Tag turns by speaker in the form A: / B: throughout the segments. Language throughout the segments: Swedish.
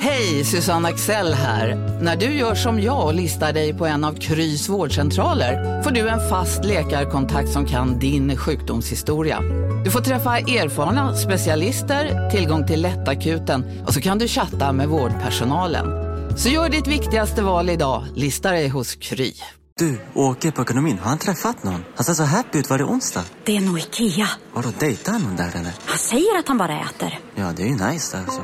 A: Hej, Susanne Axel här. När du gör som jag och listar dig på en av Krys vårdcentraler får du en fast läkarkontakt som kan din sjukdomshistoria. Du får träffa erfarna specialister, tillgång till lättakuten och så kan du chatta med vårdpersonalen. Så gör ditt viktigaste val idag, listar dig hos Kry.
B: Du, åker på ekonomin, har han träffat någon? Han ser så happy ut. Var det onsdag?
C: Det är nog Ikea.
B: Har du dejtat någon där eller?
C: Han säger att han bara äter.
B: Ja, det är ju nice alltså.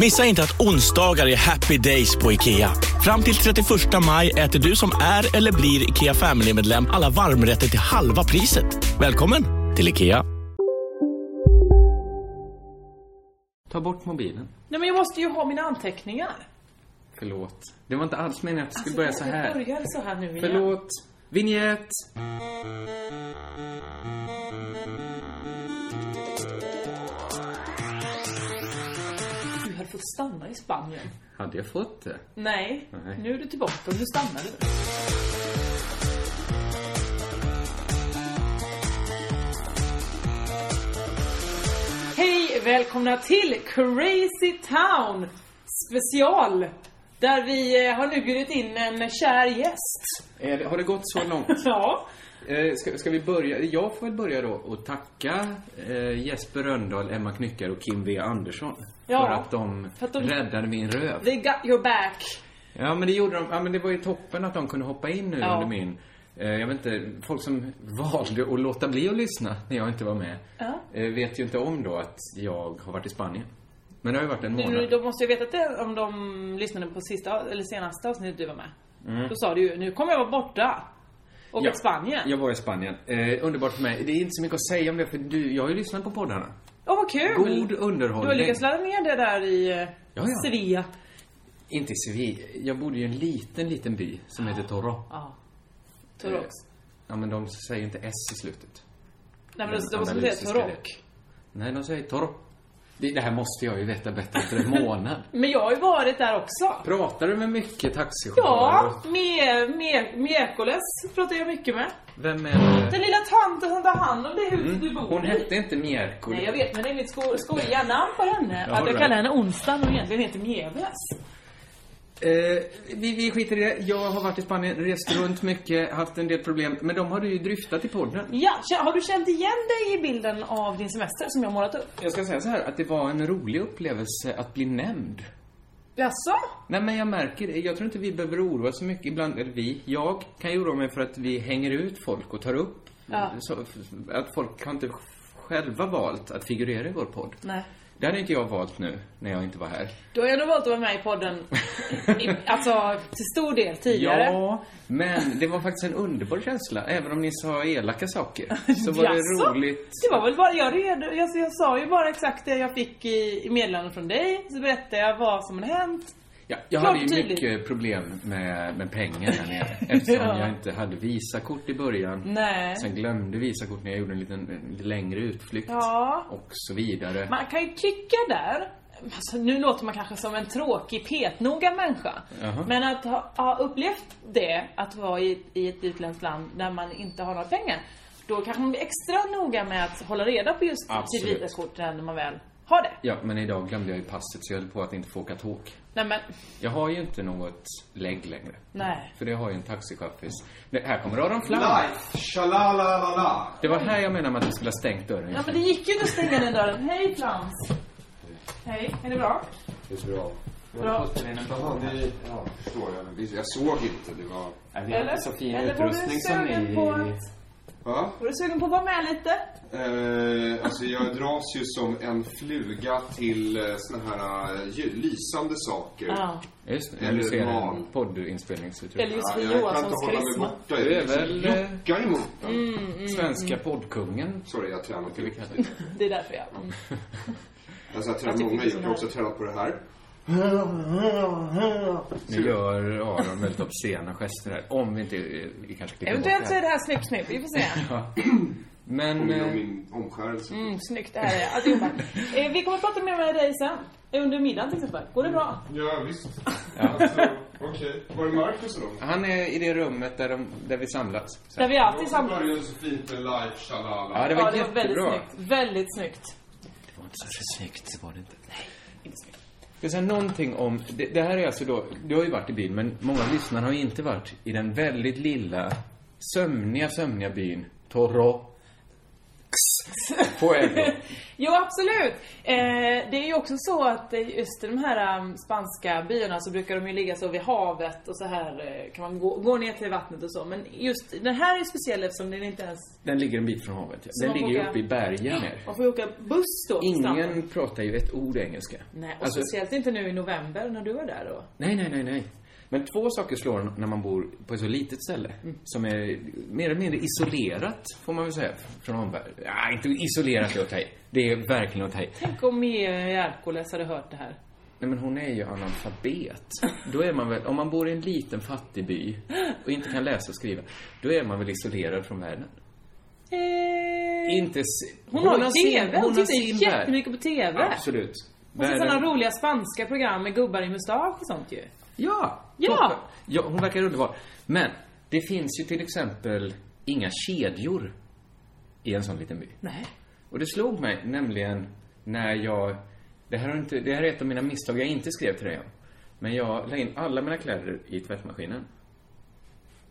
D: Missa inte att onsdagar är happy days på IKEA. Fram till 31 maj äter du som är eller blir IKEA Family-medlem alla varmrätter till halva priset. Välkommen till IKEA.
E: Ta bort mobilen.
F: Nej men jag måste ju ha mina anteckningar.
E: Förlåt. Det var inte alls meningen att det skulle börja så
F: Jag
E: här.
F: börjar så Alltså, här nu igen.
E: Förlåt. Vignett!
F: Du hade fått stanna i Spanien.
E: Hade jag fått det?
F: Nej,
E: Nej.
F: nu är du tillbaka. Nu stannar du. Hej, välkomna till Crazy Town special. Där vi eh, har nu bjudit in en kär gäst.
E: Är det- Har det gått så långt?
F: Ja.
E: Eh, Ska, ska vi börja? Jag får väl börja då och tacka eh, Jesper Röndahl, Emma Knyckare och Kim V Andersson.
F: Ja.
E: För att de,
F: För att de-
E: räddade min röv.
F: They got your back.
E: Ja, men det gjorde de. Ja, men det var ju toppen att de kunde hoppa in nu
F: Ja.
E: under min... Eh, jag vet inte, folk som valde att låta bli att lyssna när jag inte var med
F: Ja.
E: eh, vet ju inte om då att jag har varit i Spanien. Men det har ju varit en månad.
F: Nu, de måste ju veta det om de lyssnade på sista, eller senaste avsnittet du var med. Då sa du ju, nu kommer jag vara borta. Och
E: Mm. Ja,
F: i Spanien.
E: Jag var i Spanien. Eh, underbart för mig. Det är inte så mycket att säga om det, för du, jag har ju lyssnat på poddarna.
F: Åh vad kul!
E: God
F: Du har
E: underhållning.
F: lyckats ladda ner det där i eh,
E: ja.
F: Sevilla.
E: Inte i Sevilla. Jag bodde i en liten, liten by som heter Torro.
F: Ja. Torox.
E: Ja, men de säger inte S i slutet.
F: Nej men de, de som säger
E: Analysis
F: Torox.
E: direkt. Nej, de säger Torro. Det, det här måste jag ju veta bättre efter en månad.
F: Men jag har ju varit där också.
E: Pratar du med mycket taxichaufförer?
F: Ja, med, med, Merkoles pratar jag mycket med.
E: Vem är det?
F: Den lilla tanten som tar hand om det huset du bor
E: Mm. Hon
F: i.
E: hette inte Mierkoli.
F: Nej jag vet men det är mitt sko- skojiga namn på henne.
E: Ja,
F: att jag
E: bra.
F: kallar henne Onsdag men hon egentligen heter Mjävles.
E: Eh, vi, vi skiter i det. Jag har varit i Spanien, rest runt mycket, haft en del problem. Men de har du ju dryftat i podden.
F: Ja, kä- har du känt igen dig i bilden av din semester som jag målat upp?
E: Jag ska säga så här, att det var en rolig upplevelse att bli nämnd.
F: Jaså?
E: Nej men jag märker det. Jag tror inte vi behöver oroa oss så mycket ibland. Eller vi. Jag kan ju oroa mig för att vi hänger ut folk och tar upp.
F: Ja.
E: Så, att folk har inte själva valt att figurera i vår podd.
F: Nej.
E: Det hade inte jag valt nu, när jag inte var här.
F: Du har ju ändå valt att vara med i podden, i, alltså till stor del tidigare.
E: Ja, men det var faktiskt en underbar känsla. Även om ni sa elaka saker. Så var
F: Jaså?
E: det roligt.
F: Det var väl bara, jag, red, jag, jag sa ju bara exakt det jag fick i, i meddelandet från dig, så berättade jag vad som hade hänt.
E: Ja, jag
F: Klart
E: hade ju
F: tydligt.
E: mycket problem med, med pengar där nere. Eftersom
F: Ja.
E: jag inte hade visakort i början.
F: Nej.
E: Sen glömde visakort när jag gjorde en liten en lite längre utflykt.
F: Ja.
E: Och så vidare.
F: Man kan ju tycka där, alltså, nu låter man kanske som en tråkig petnoga människa.
E: Jaha.
F: Men att ha, ha upplevt det, att vara i, i ett utländskt land där man inte har några pengar. Då kanske man blir extra noga med att hålla reda på just sitt
E: Absolut.
F: visitkort när man väl har det.
E: Ja, men idag glömde jag ju passet så jag höll på att inte få åka tåg.
F: Nej men,
E: Jag har ju inte något lägg längre.
F: nej.
E: För det har ju en taxichaffis. Det- Här kommer Aron Flam.
G: Life, sha-la-la-la-la.
E: Det var här jag menade med att vi skulle ha stängt dörren.
F: Ja men det gick ju inte att stänga den dörren. Hej Flams! Hej, är det bra?
G: Det är bra.
F: Bra.
G: Jaha, ni... Ja, förstår jag. Visst, Jag såg inte. Det var...
E: Vi
F: Eller, eller var du sugen på att,
G: Va?
F: var du sugen på att vara med lite?
G: Eh, alltså jag dras ju som en fluga till eh, såna här eh, ljus- lysande saker.
F: Ja.
E: Just det, när
G: Eller
E: du ser en
G: mal.
F: Eller
E: poddinspelningsutrustning.
F: just
G: Ja,
F: för
G: jag kan inte
F: Johanssons
G: hålla mig
F: karisma.
G: borta.
E: Du är
G: Jag liksom
E: väl, eh,
G: Jockar emot den.
E: Svenska
F: Mm.
E: poddkungen.
G: Sorry, jag tränar på
E: Mm.
G: riktigt.
F: Det är därför jag... Mm.
G: Alltså jag
F: Jag
G: tränar
F: tycker
G: många
F: det är
G: djur. Jag
F: så
G: har också
F: här.
G: tränat på det
E: Mm.
G: här.
E: Nu gör Aron väldigt obscena gester här. Om vi inte eh, vi kanske klipper bort
F: Eventuellt så
E: det här.
F: är det här snipp snipp, vi får se.
E: Men...
G: Påminner om
E: Eh,
G: min omskärelse.
F: Mm, snyggt det här är. Alltihopa. Eh, vi kommer att prata mer med dig sen. Under middagen till exempel. Går det bra?
G: Ja, visst. Alltså, okej. Var är Marcus och dem?
E: han är i det rummet där, de, där vi samlats. Så.
F: Där vi alltid
G: Det
F: samlas.
G: började så fint med live shalala.
E: Ja, det var
F: Ja, det var väldigt
E: jättebra.
F: snyggt. Väldigt snyggt.
E: Så snyggt var det inte. Nej, inte snyggt. Ska jag säga någonting om, det, det här är alltså då, du har ju varit i byn, men många lyssnare har ju inte varit i den väldigt lilla, sömniga, sömniga byn Torro. På Ebro.
F: Jo, absolut. Eh, det är ju också så att eh, just i de här um, spanska byarna så brukar de ju ligga så vid havet och så här eh, kan man gå, gå ner till vattnet och så. Men just den här är ju speciell eftersom den inte ens...
E: Den ligger en bit från havet. Ja. Den
F: man
E: ligger ju
F: vågar-
E: uppe i bergen ner.
F: Man får ju åka buss då på stranden.
E: Ingen pratar ju ett ord engelska.
F: Nej, och
E: Alltså-
F: speciellt inte nu i november när du var där då.
E: Nej, nej, nej, nej. Men två saker slår en när man bor på ett så litet ställe
F: Mm.
E: som är mer eller mindre isolerat, får man väl säga, från omvärlden. Ja, inte isolerat är att ta i. Det är verkligen att ta i.
F: Tänk om Mia Järkoläs hade hört det här.
E: Nej, men hon är ju analfabet. Då är man väl, om man bor i en liten fattig by och inte kan läsa och skriva, då är man väl isolerad från världen.
F: Eh,
E: Inte s-
F: hon, har ju
E: sin-
F: TV. Hon
E: har
F: tittar ju
E: sin värld.
F: jättemycket på TV.
E: Absolut.
F: Och så
E: Världen-
F: sådana roliga spanska program med gubbar i mustasch och sånt ju.
E: Ja!
F: Ja.
E: toppen. ja! Hon verkar underbar. Men det finns ju till exempel inga kedjor i en sån liten by.
F: Nej.
E: Och det slog mig nämligen när jag... Det här, har inte, det här är ett av mina misstag jag inte skrev till dig om. Men jag la in alla mina kläder i tvättmaskinen.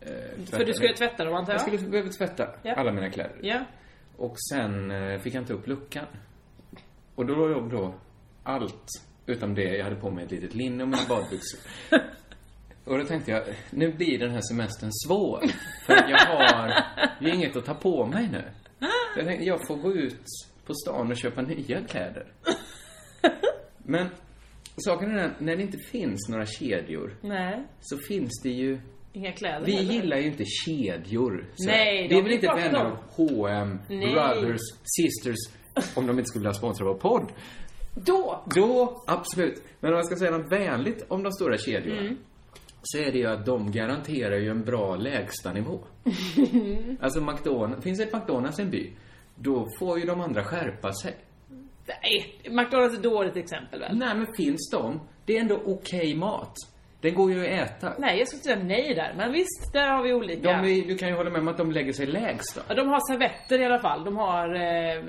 E: Eh,
F: För du
E: tvättade.
F: skulle tvätta dem antar jag?
E: Jag skulle behöva tvätta
F: Ja.
E: alla mina kläder.
F: Ja.
E: Och sen eh, fick jag inte upp luckan. Och då var jag då allt utom det jag hade på mig ett litet linne och mina badbyxor. och då tänkte jag, nu blir den här semestern svår. För jag har ju inget att ta på mig nu. Jag tänkte, jag får gå ut på stan och köpa nya kläder. Men saken är den, när det inte finns några kedjor
F: Nej.
E: så finns det ju
F: Inga kläder
E: vi
F: heller.
E: gillar ju inte kedjor. så.
F: Nej, de
E: det är
F: är
E: väl inte
F: klart
E: vänner
F: de-
E: av H&M,
F: Nej.
E: Brothers, Sisters, om de inte skulle vilja sponsra vår podd.
F: Då!
E: Då, absolut. Men om jag ska säga något vänligt om de stora kedjorna.
F: Mm.
E: Så är det ju att de garanterar ju en bra lägstanivå. alltså McDonalds, finns det ett McDonalds i en by, då får ju de andra skärpa sig.
F: Nej, McDonalds är dåligt exempel väl?
E: Nej men finns de, det är ändå okej mat. Den går ju att äta.
F: Nej, jag skulle säga nej där. Men visst, där har vi
E: De
F: olika.
E: är, Du kan ju hålla med om att de lägger sig lägst då.
F: Ja, de har servetter i alla fall. De har... Eh, eh,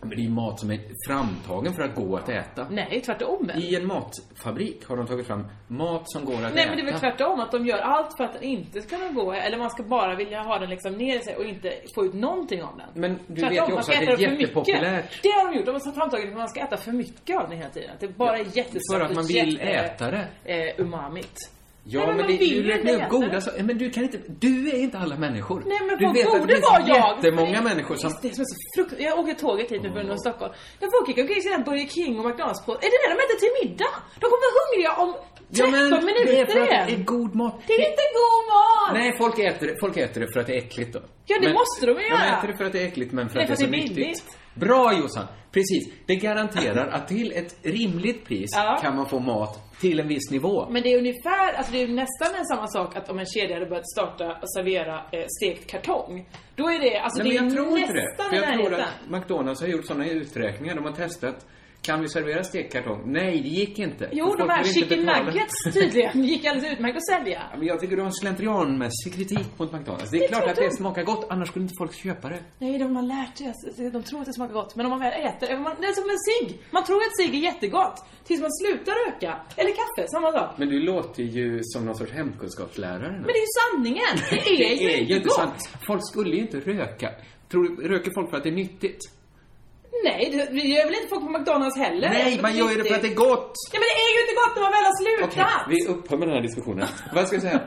E: Men det är ju mat som är framtagen för att gå att äta.
F: nej, tvärtom. Nej,
E: I en matfabrik har de tagit fram mat som går att äta.
F: men det är väl tvärtom. Att de gör allt för att den inte ska kunna gå. Eller man ska bara vilja ha den liksom ner i sig och inte få ut någonting av den.
E: Men du
F: tvärtom,
E: vet ju
F: man
E: också
F: ska
E: att det
F: äta
E: är
F: den för mycket.
E: jättepopulärt.
F: Det har de gjort. De har framtagit att man ska äta för mycket av den hela tiden. Att det bara är jättesött
E: För att
F: och
E: man vill
F: jätte-
E: äta det.
F: Eh, umamigt.
E: Ja,
F: Nej,
E: men,
F: men man
E: det,
F: vill
E: du
F: ju
E: räknar
F: inte
E: upp
F: äta.
E: goda saker. Men du kan inte... Du är inte alla människor.
F: Nej men
E: du
F: vad borde
E: det finns
F: vara jag?
E: jättemånga
F: Det är-
E: människor som... Mm.
F: Det är som är så frukt... Jag åker tåget hit nu från Stockholm. När folk gick omkring sedan Burger King och McDonalds på... Är det det de äter till middag? De kommer vara hungriga om 13
E: Ja, men det är
F: minuter
E: för att det är
F: igen.
E: god mat.
F: Det är inte god mat!
E: Nej, folk äter, det, folk äter det för att det är äckligt då.
F: Ja, det måste de ju göra.
E: De äter det för att det är äckligt, men för
F: Nej,
E: att det är så nyttigt. Bra Jossan! Precis. Det garanterar att till ett rimligt pris
F: Ja.
E: kan man få mat till en viss nivå.
F: Men det är ungefär, alltså det är nästan en samma sak att om en kedja hade börjat starta och servera eh, stekt kartong. Då är det, alltså
E: Nej,
F: det är
E: men jag tror inte
F: nästan
E: det. För
F: i
E: jag tror
F: närheten.
E: att McDonalds har gjort sådana uträkningar. De har testat. Kan vi servera stekkartong? Nej, det gick inte.
F: Jo,
E: För
F: de
E: folk
F: här
E: vill inte
F: chicken
E: betala.
F: nuggets tydligen gick alldeles utmärkt att sälja.
E: Ja, men Jag tycker du har en slentrianmässig kritik mot McDonalds. Det är,
F: Det är
E: klart att
F: tvärtom.
E: det smakar gott, annars skulle inte folk köpa det.
F: Nej, de har lärt sig. alltså, De tror att det smakar gott, men om man väl äter... även om Man, det är som en cigg. Man tror att cigg är jättegott tills man slutar röka. Eller kaffe, samma sak.
E: Men du låter ju som någon sorts hemkunskapslärare nu.
F: Men det är ju sanningen! Det är, ju inte gott!
E: Folk skulle ju inte röka. Tror du, röker folk för att det är nyttigt?
F: Nej, det, det gör väl inte folk på McDonalds heller? Alltså,
E: Nej, man gör ju det för att det är gott!
F: Ja, men det är ju inte gott när man väl har
E: Okej,
F: slutat!
E: vi upphör med den här diskussionen. Vad ska jag säga?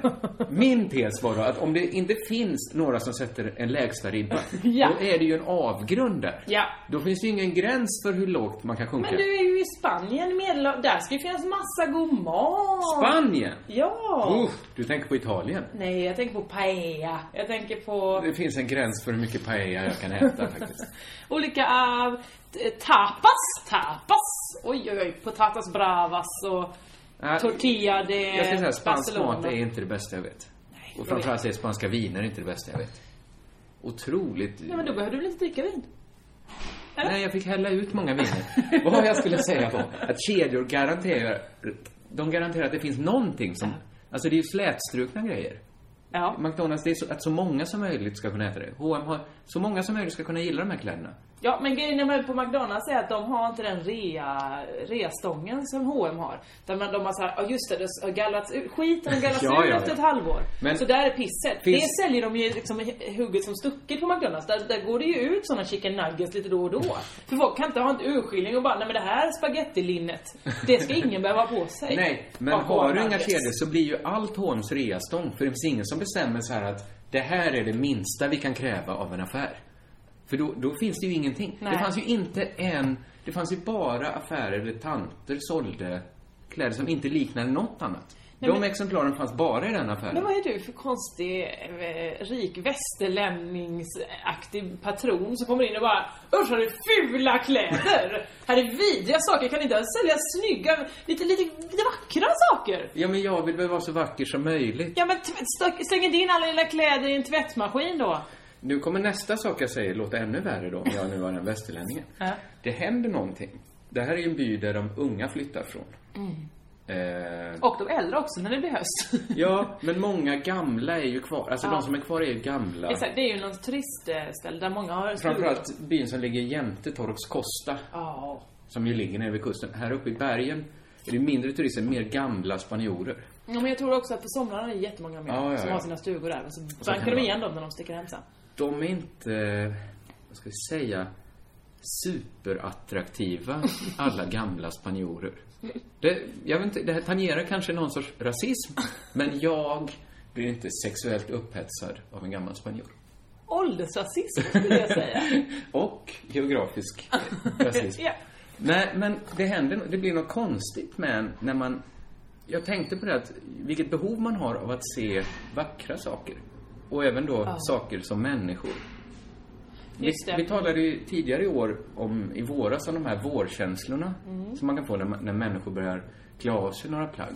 E: Min tes var då att om det inte finns några som sätter en lägsta ribba,
F: Ja.
E: då är det ju en avgrund där.
F: Ja.
E: Då finns det ju ingen gräns för hur lågt man kan sjunka.
F: Men du är ju i Spanien, medel... Där ska ju finnas massa god mat!
E: Spanien!
F: Ja!
E: Uff, du tänker på Italien.
F: Nej, jag tänker på paella. Jag tänker på...
E: Det finns en gräns för hur mycket paella jag kan äta faktiskt.
F: Olika äh, t- tapas, tapas. Oj, oj, oj. Patatas bravas och
E: Ja,
F: tortilla de
E: Ah, Jag ska säga spansk
F: Barcelona.
E: mat är inte det bästa jag vet.
F: Nej,
E: Och framförallt är spanska viner inte det bästa jag vet. otroligt...
F: Ja, men då behöver du väl inte dricka vin?
E: Nej, jag fick hälla ut många viner. Vad jag skulle säga var att kedjor garanterar... De garanterar att det finns någonting som... Alltså, det är ju slätstrukna grejer.
F: Ja.
E: McDonalds, det är så, att så många som möjligt ska kunna äta det. H&M har... Så många som möjligt ska kunna gilla de här kläderna.
F: Ja, men grejen med på McDonalds är att de har inte den rea, reastången som H&M har. Där man, de har såhär, ja just det, det har gallrats ut, skiten har gallrats
E: Ja,
F: ut
E: ja,
F: efter
E: ja.
F: ett halvår.
E: Men-
F: så där är pisset.
E: Finns-
F: Det säljer de ju liksom i hugget som stucket på McDonalds. Där, där går det ju ut såna chicken nuggets lite då och då. För folk kan inte ha en urskiljning och bara, nej men det här spagettilinnet, det ska ingen behöva ha på sig.
E: Nej, men
F: Av
E: har du
F: H&M
E: inga
F: nuggets.
E: kedjor så blir ju allt H&M's reastång. För det finns ingen som bestämmer så här att det här är det minsta vi kan kräva av en affär. För då, då finns det ju ingenting.
F: Nej.
E: Det fanns ju inte en... Det fanns ju bara affärer där tanter sålde kläder som inte liknade något annat. De exemplaren fanns bara i den affären.
F: Men vad är du för konstig, eh, rik västerlänningsaktig patron som kommer in och bara Usch, har du fula kläder? Här är vidriga saker, kan ni inte ens sälja snygga, lite, lite, lite vackra saker?
E: Ja, men jag vill väl vara så vacker som möjligt.
F: Ja men tv- stö- släng inte in alla dina kläder i en tvättmaskin då.
E: Nu kommer nästa sak jag säger låta ännu värre då, om jag nu var den västerlänningen.
F: Ja.
E: Det händer någonting. Det här är ju en by där de unga flyttar från. Eh,
F: Och de äldre också när det blir höst.
E: Ja, men många gamla är ju kvar. Alltså de som är kvar är ju gamla.
F: Exakt, det är ju något turistställe där många har
E: Framförallt byn som ligger jämte Torps Costa,
F: Ja.
E: som ju ligger nere vid kusten. Här uppe i bergen är det mindre turister, mer gamla spanjorer.
F: Ja, men jag tror också att på somrarna är det jättemånga mer
E: Ja, ja,
F: som
E: ja.
F: har sina stugor där. Men så bankar de
E: hemma.
F: igen dem när de sticker hem sen.
E: De är inte, vad ska vi säga, superattraktiva, alla gamla spanjorer. Det, jag vet inte, det här tangerar kanske någon sorts rasism, men jag blir inte sexuellt upphetsad av en gammal spanjor.
F: Åldersrasism skulle jag säga.
E: Och geografisk rasism.
F: Ja.
E: Nej, men det händer det blir något konstigt med en när man... Jag tänkte på det att vilket behov man har av att se vackra saker. Och även då saker som människor. Vi,
F: Just det.
E: vi talade ju tidigare i år, om, i våras, om de här vårkänslorna
F: Mm.
E: som man kan få när, man- när människor börjar klä av sig några plagg.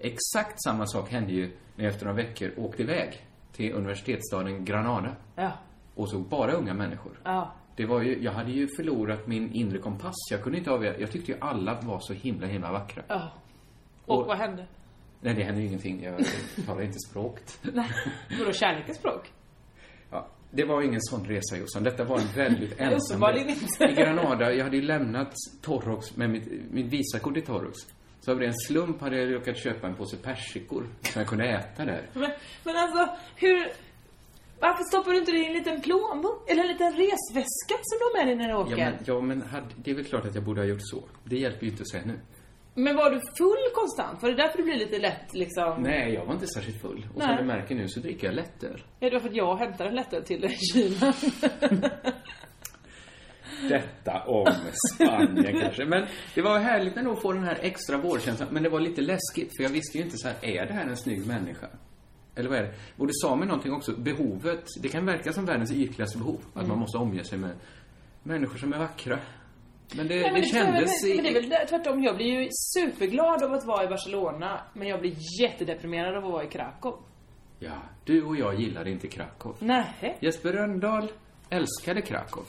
E: Exakt samma sak hände ju när jag efter några veckor åkte iväg till universitetsstaden Granada
F: Ja.
E: och såg bara unga människor.
F: Ja.
E: Det var ju, jag hade ju förlorat min inre kompass. Jag kunde inte avgöra. Jag tyckte ju alla var så himla, himla vackra.
F: ja. Och,
E: Och-
F: vad hände?
E: Nej, det hände ju ingenting. Jag talar inte språket.
F: Nej. Vadå kärlekens språk?
E: Ja, det var ingen sån resa, Jossan. Detta var en väldigt ensam
F: Uppenbarligen inte.
E: I Granada, jag hade ju lämnat Torrox med mitt, mitt visakort i Torrox. Så av ren slump hade jag lyckats köpa en påse persikor som jag kunde äta där.
F: Men, men alltså, hur... Varför stoppar du inte det i en liten plånbok? Eller en liten resväska som du har med dig när du åker?
E: Ja, men, ja, men hade, det är väl klart att jag borde ha gjort så. Det hjälper ju inte att säga nu.
F: Men var du full konstant? Var det därför du blev lite lätt liksom?
E: Nej, jag var inte särskilt full. Och
F: Nej.
E: som du märker nu så dricker jag lättöl.
F: Ja, det var för att jag hämtade en lättöl till dig i kylen.
E: Detta om Spanien kanske. Men det var härligt ändå att få den här extra vårkänslan. Men det var lite läskigt för jag visste ju inte så här, är det här en snygg människa? Eller vad är det? Och det sa mig någonting också, behovet. Det kan verka som världens ytligaste behov. Att
F: Mm.
E: man måste omge sig med människor som är vackra. Men det,
F: Nej,
E: det kändes...
F: Men, men det är
E: i-
F: väl där- tvärtom. Jag blir ju superglad av att vara i Barcelona, men jag blir jättedeprimerad av att vara i Krakow.
E: Ja, du och jag gillade inte Krakow.
F: Nej.
E: Jesper Rönndahl älskade Krakow.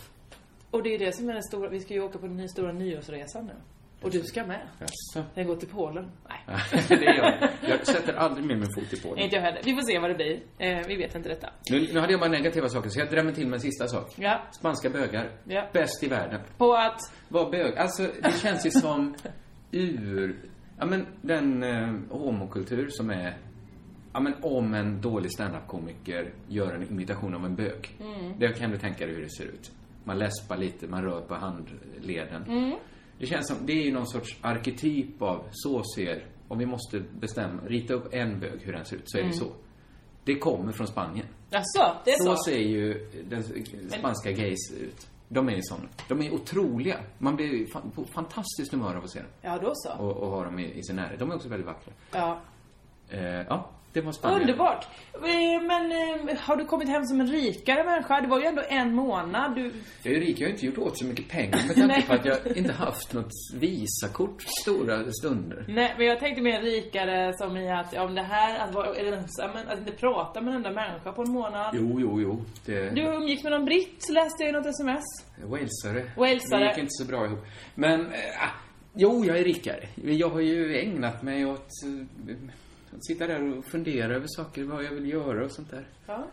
F: Och det är det som är den stora, vi ska ju åka på den ny stora nyårsresan nu. Och du ska med.
E: Jaså?
F: Den går till Polen. Nej.
E: det gör jag. Jag sätter aldrig mer min fot i Polen.
F: Inte jag heller. Vi får se vad det blir. Eh, vi vet inte detta.
E: Nu, nu hade jag bara negativa saker, så jag drämmer till med en sista sak.
F: Ja.
E: Spanska bögar.
F: Ja.
E: Bäst i världen.
F: På att...
E: Var bög. Alltså, det känns ju som ur... Ja, men den eh, homokultur som är... Ja, men om en dålig standup-komiker gör en imitation av en bög.
F: Mm.
E: Det kan du tänka dig hur det ser ut. Man läspar lite, man rör på handleden.
F: Mm.
E: Det känns som, det är ju någon sorts arketyp av, så ser... Om vi måste bestämma, rita upp en bög hur den ser ut, så är
F: Mm.
E: det så. Det kommer från Spanien.
F: Jaså, det är
E: Så
F: så?
E: ser ju den spanska gays ut. De är ju såna. De är otroliga. Man blir ju fan, på fantastiskt humör av att se dem.
F: Ja, då så.
E: Och, och ha dem i, i sin närhet. De är också väldigt vackra.
F: Ja.
E: Eh, ja, det var Spanien.
F: Underbart! Eh, Men eh, har du kommit hem som en rikare människa? Det var ju ändå en månad. Du...
E: Jag är ju rik, jag har inte gjort åt så mycket pengar med tanke på att jag inte haft något visakort stora stunder.
F: Nej, men jag tänkte mer rikare som i att, ja, om det här att vara ensam, men att inte prata med en enda människa på en månad.
E: Jo, jo, jo. Det,
F: Du umgicks med någon britt, läste jag i något sms.
E: Walesare.
F: Walesare.
E: Det gick inte så bra ihop. Men, eh, ah, jo, jag är rikare. Jag har ju ägnat mig åt eh, att sitta där och fundera över saker, vad jag vill göra och sånt där.
F: Ja.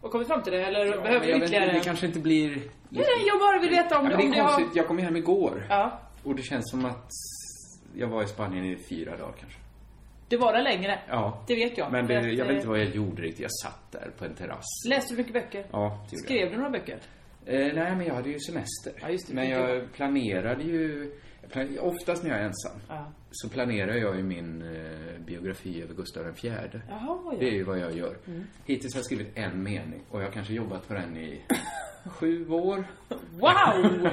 F: Och kommit fram till det, eller
E: Ja,
F: behöver
E: men
F: du
E: jag vet
F: ytterligare?
E: inte, Det kanske inte blir...
F: Nej, nej, jag bara vill veta
E: Ja,
F: om,
E: men det
F: om
E: är
F: du
E: konstigt.
F: har...
E: Jag kom ju hem igår.
F: Ja.
E: Och det känns som att jag var i Spanien i fyra dagar kanske.
F: Det var där längre.
E: Ja.
F: Det vet jag.
E: Men
F: För
E: det,
F: att,
E: jag vet inte
F: eh,
E: vad jag gjorde riktigt. Jag satt där på en terrass.
F: Läste du mycket böcker?
E: Ja, det gjorde jag.
F: Skrev du några böcker?
E: Eh, nej, men jag hade ju semester.
F: Ja, just det.
E: men jag planerade ju... jag plan- Oftast när jag är ensam
F: Ja.
E: så planerar jag ju min eh, biografi över Gustav den fjärde.
F: Jaha, ja. Mm.
E: Det är ju vad jag gör. Hittills har jag skrivit en mening och jag har kanske jobbat på den i sju år.
F: Wow!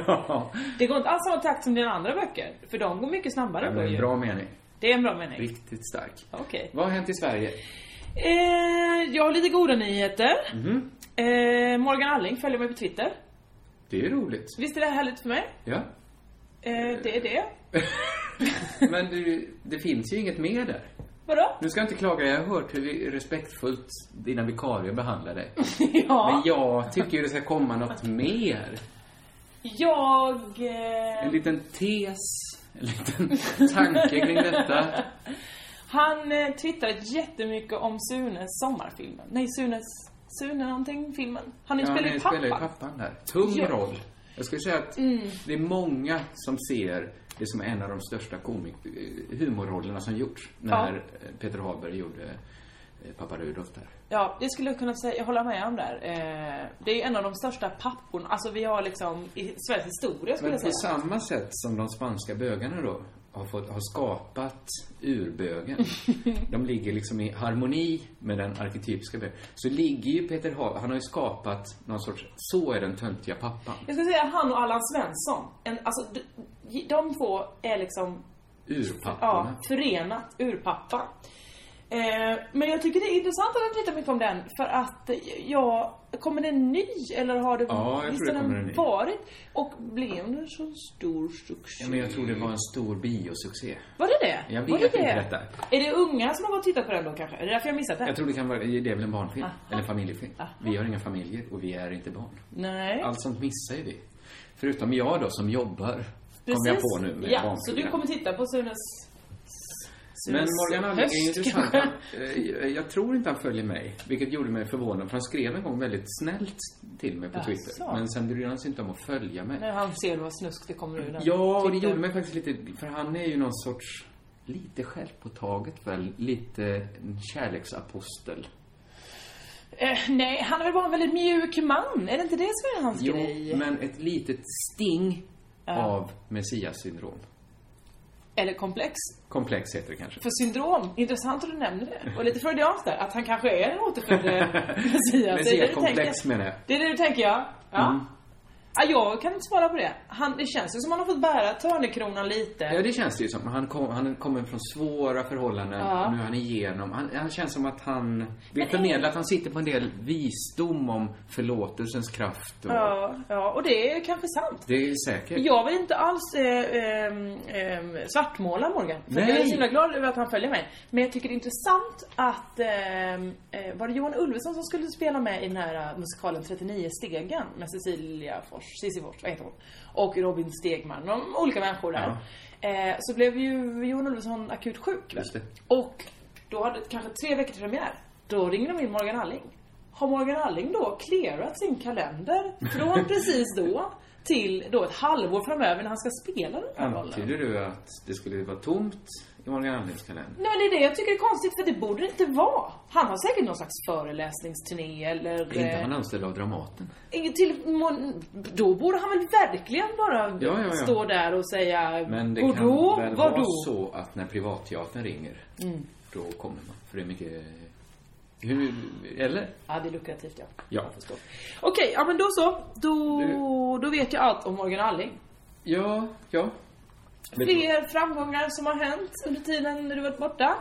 E: ja,
F: Det går inte alls samma takt som dina andra böcker. För de går mycket snabbare.
E: men
F: går
E: en
F: ju.
E: bra mening.
F: Det är en bra mening.
E: Riktigt stark.
F: Okej.
E: Vad har hänt i Sverige?
F: Eh, jag har lite goda nyheter.
E: Mhm.
F: Eh, Morgan Alling följer mig på Twitter.
E: Det är ju roligt.
F: Visst är det härligt för mig?
E: Ja.
F: Eh, det är det.
E: Men du, det finns ju inget mer där.
F: Vadå?
E: Nu ska jag inte klaga, jag har hört hur vi- respektfullt dina vikarier behandlar dig. Men
F: Ja.
E: jag tycker ju det ska komma något mer.
F: Jag...
E: En
F: Eh,
E: liten tes, en liten tanke kring detta.
F: han eh, twittrade jättemycket om Sunes sommarfilmen. Nej, Sunes... Sune någonting, filmen. Han
E: Ja,
F: spelar
E: ni
F: ju
E: spelar ju
F: pappa.
E: pappan där. Tung
F: Ja. Mm.
E: roll. Jag skulle säga att det är många som ser det som en av de största komik humorrollerna som gjorts. När eh, Peter Haber gjorde eh, pappa Rudolf där.
F: Ja, det skulle jag kunna säga, jag håller med om där. Eh, det är en av de största papporna, alltså vi har liksom i Sveriges historia skulle
E: Men
F: jag
E: på
F: säga.
E: samma sätt som de spanska bögarna då har, fått, har skapat urbögen. De ligger liksom i harmoni med den arketypiska bögen. Så ligger ju Peter Haber, han har ju skapat någon sorts, så är den töntiga pappan.
F: Jag skulle säga han och Allan Svensson. En, alltså, de, de två är liksom ja,
E: Urpapporna.
F: förenat ur pappa. Eh, men jag tycker det är intressant att veta mycket om den för att jag, kommer den ny eller har det,
E: Ja, jag tror
F: visst
E: det
F: har
E: kommer
F: den
E: en ny.
F: varit? Och blev den så stor succé?
E: Ja, men jag tror det var en stor biosuccé.
F: Var det det?
E: Jag vet
F: var det
E: inte
F: det?
E: detta.
F: Är det unga som har gått och tittat på den då kanske? Är det därför jag missat den?
E: Jag tror det kan vara, det är väl en barnfilm? Eller en familjefilm?
F: Aha.
E: Vi har inga familjer och vi är inte barn.
F: Nej.
E: Allt sånt missar ju vi. Förutom jag då som jobbar. Kom jag på nu med
F: Ja,
E: barnprogram.
F: så du kommer titta på Sunes...
E: Men
F: Sunes
E: Morgan Alling är ju
F: höst,
E: intressant.
F: kanske?
E: Han, eh, jag tror inte han följer mig, vilket gjorde mig förvånad. För han skrev en gång väldigt snällt till mig på
F: Jaså?
E: Twitter. Men sen brydde han sig inte om att följa mig.
F: När han ser vad snusk det kommer ur den.
E: Ja, och det
F: Twitter.
E: gjorde mig faktiskt lite... För han är ju någon sorts... Lite självpåtaget väl. Lite en kärleksapostel.
F: Eh, nej, han är väl bara en väldigt mjuk man? Är det inte det som är hans
E: Jo,
F: grej?
E: men ett litet sting av messias-syndrom.
F: Eller komplex.
E: Komplex heter det kanske.
F: För syndrom, intressant att du nämner det. Och lite freudianskt där, att han kanske är en återfödd eh, Messias. Det är det du
E: Messias-komplex
F: tänker.
E: menar Mm. jag.
F: Det är det du tänker, ja. ja. Ah, jag kan inte svara på det. Han, det känns ju som han har fått bära törnekronan lite.
E: Ja, det känns det ju som. Han, kom, han kommer från svåra förhållanden. och Nu är han igenom. Han, han känns som att han vill förmedla att han sitter på en del visdom om förlåtelsens kraft. Och,
F: Ja, ja, och det är kanske sant.
E: Det är säkert.
F: Jag vill inte alls eh, ehm, ehm, svartmåla Morgan. För
E: Nej.
F: Jag är så himla glad över att han följer mig. Men jag tycker det är intressant att... ehm, Eh, var det Johan Ulveson som skulle spela med i den här eh, musikalen 39 stegen? Med Cecilia Fors, Cissi Fors, vad heter hon? Och Robin Stegman, de olika människor där. Eh, så blev ju Johan Ulveson akut sjuk. väl?
E: Just det.
F: Och då hade kanske tre veckor till premiär. Då ringde de in Morgan Alling. Har Morgan Alling då clearat sin kalender från precis då till då ett halvår framöver när han ska spela den här rollen?
E: Antyder du att det skulle vara tomt i Morgan Almlings kalender?
F: Nej men det är det jag tycker är konstigt för det borde det inte vara. Han har säkert någon slags föreläsningsturné eller...
E: Är inte
F: eh,
E: han anställd av Dramaten?
F: Inget till, må- då borde han väl verkligen bara
E: Ja, ja, ja.
F: stå där och säga
E: Men det kan
F: Godå,
E: väl vara
F: vadå? Mm.
E: så att när privatteatern ringer, då kommer man. För det är mycket... Hur, eller?
F: Ja, det är lukrativt ja.
E: Ja.
F: Jag förstår. Okej, ja men då så. Då, då vet jag allt om Morgan Alling.
E: Ja, ja. Vet du-
F: Fler framgångar som har hänt under tiden när du varit borta?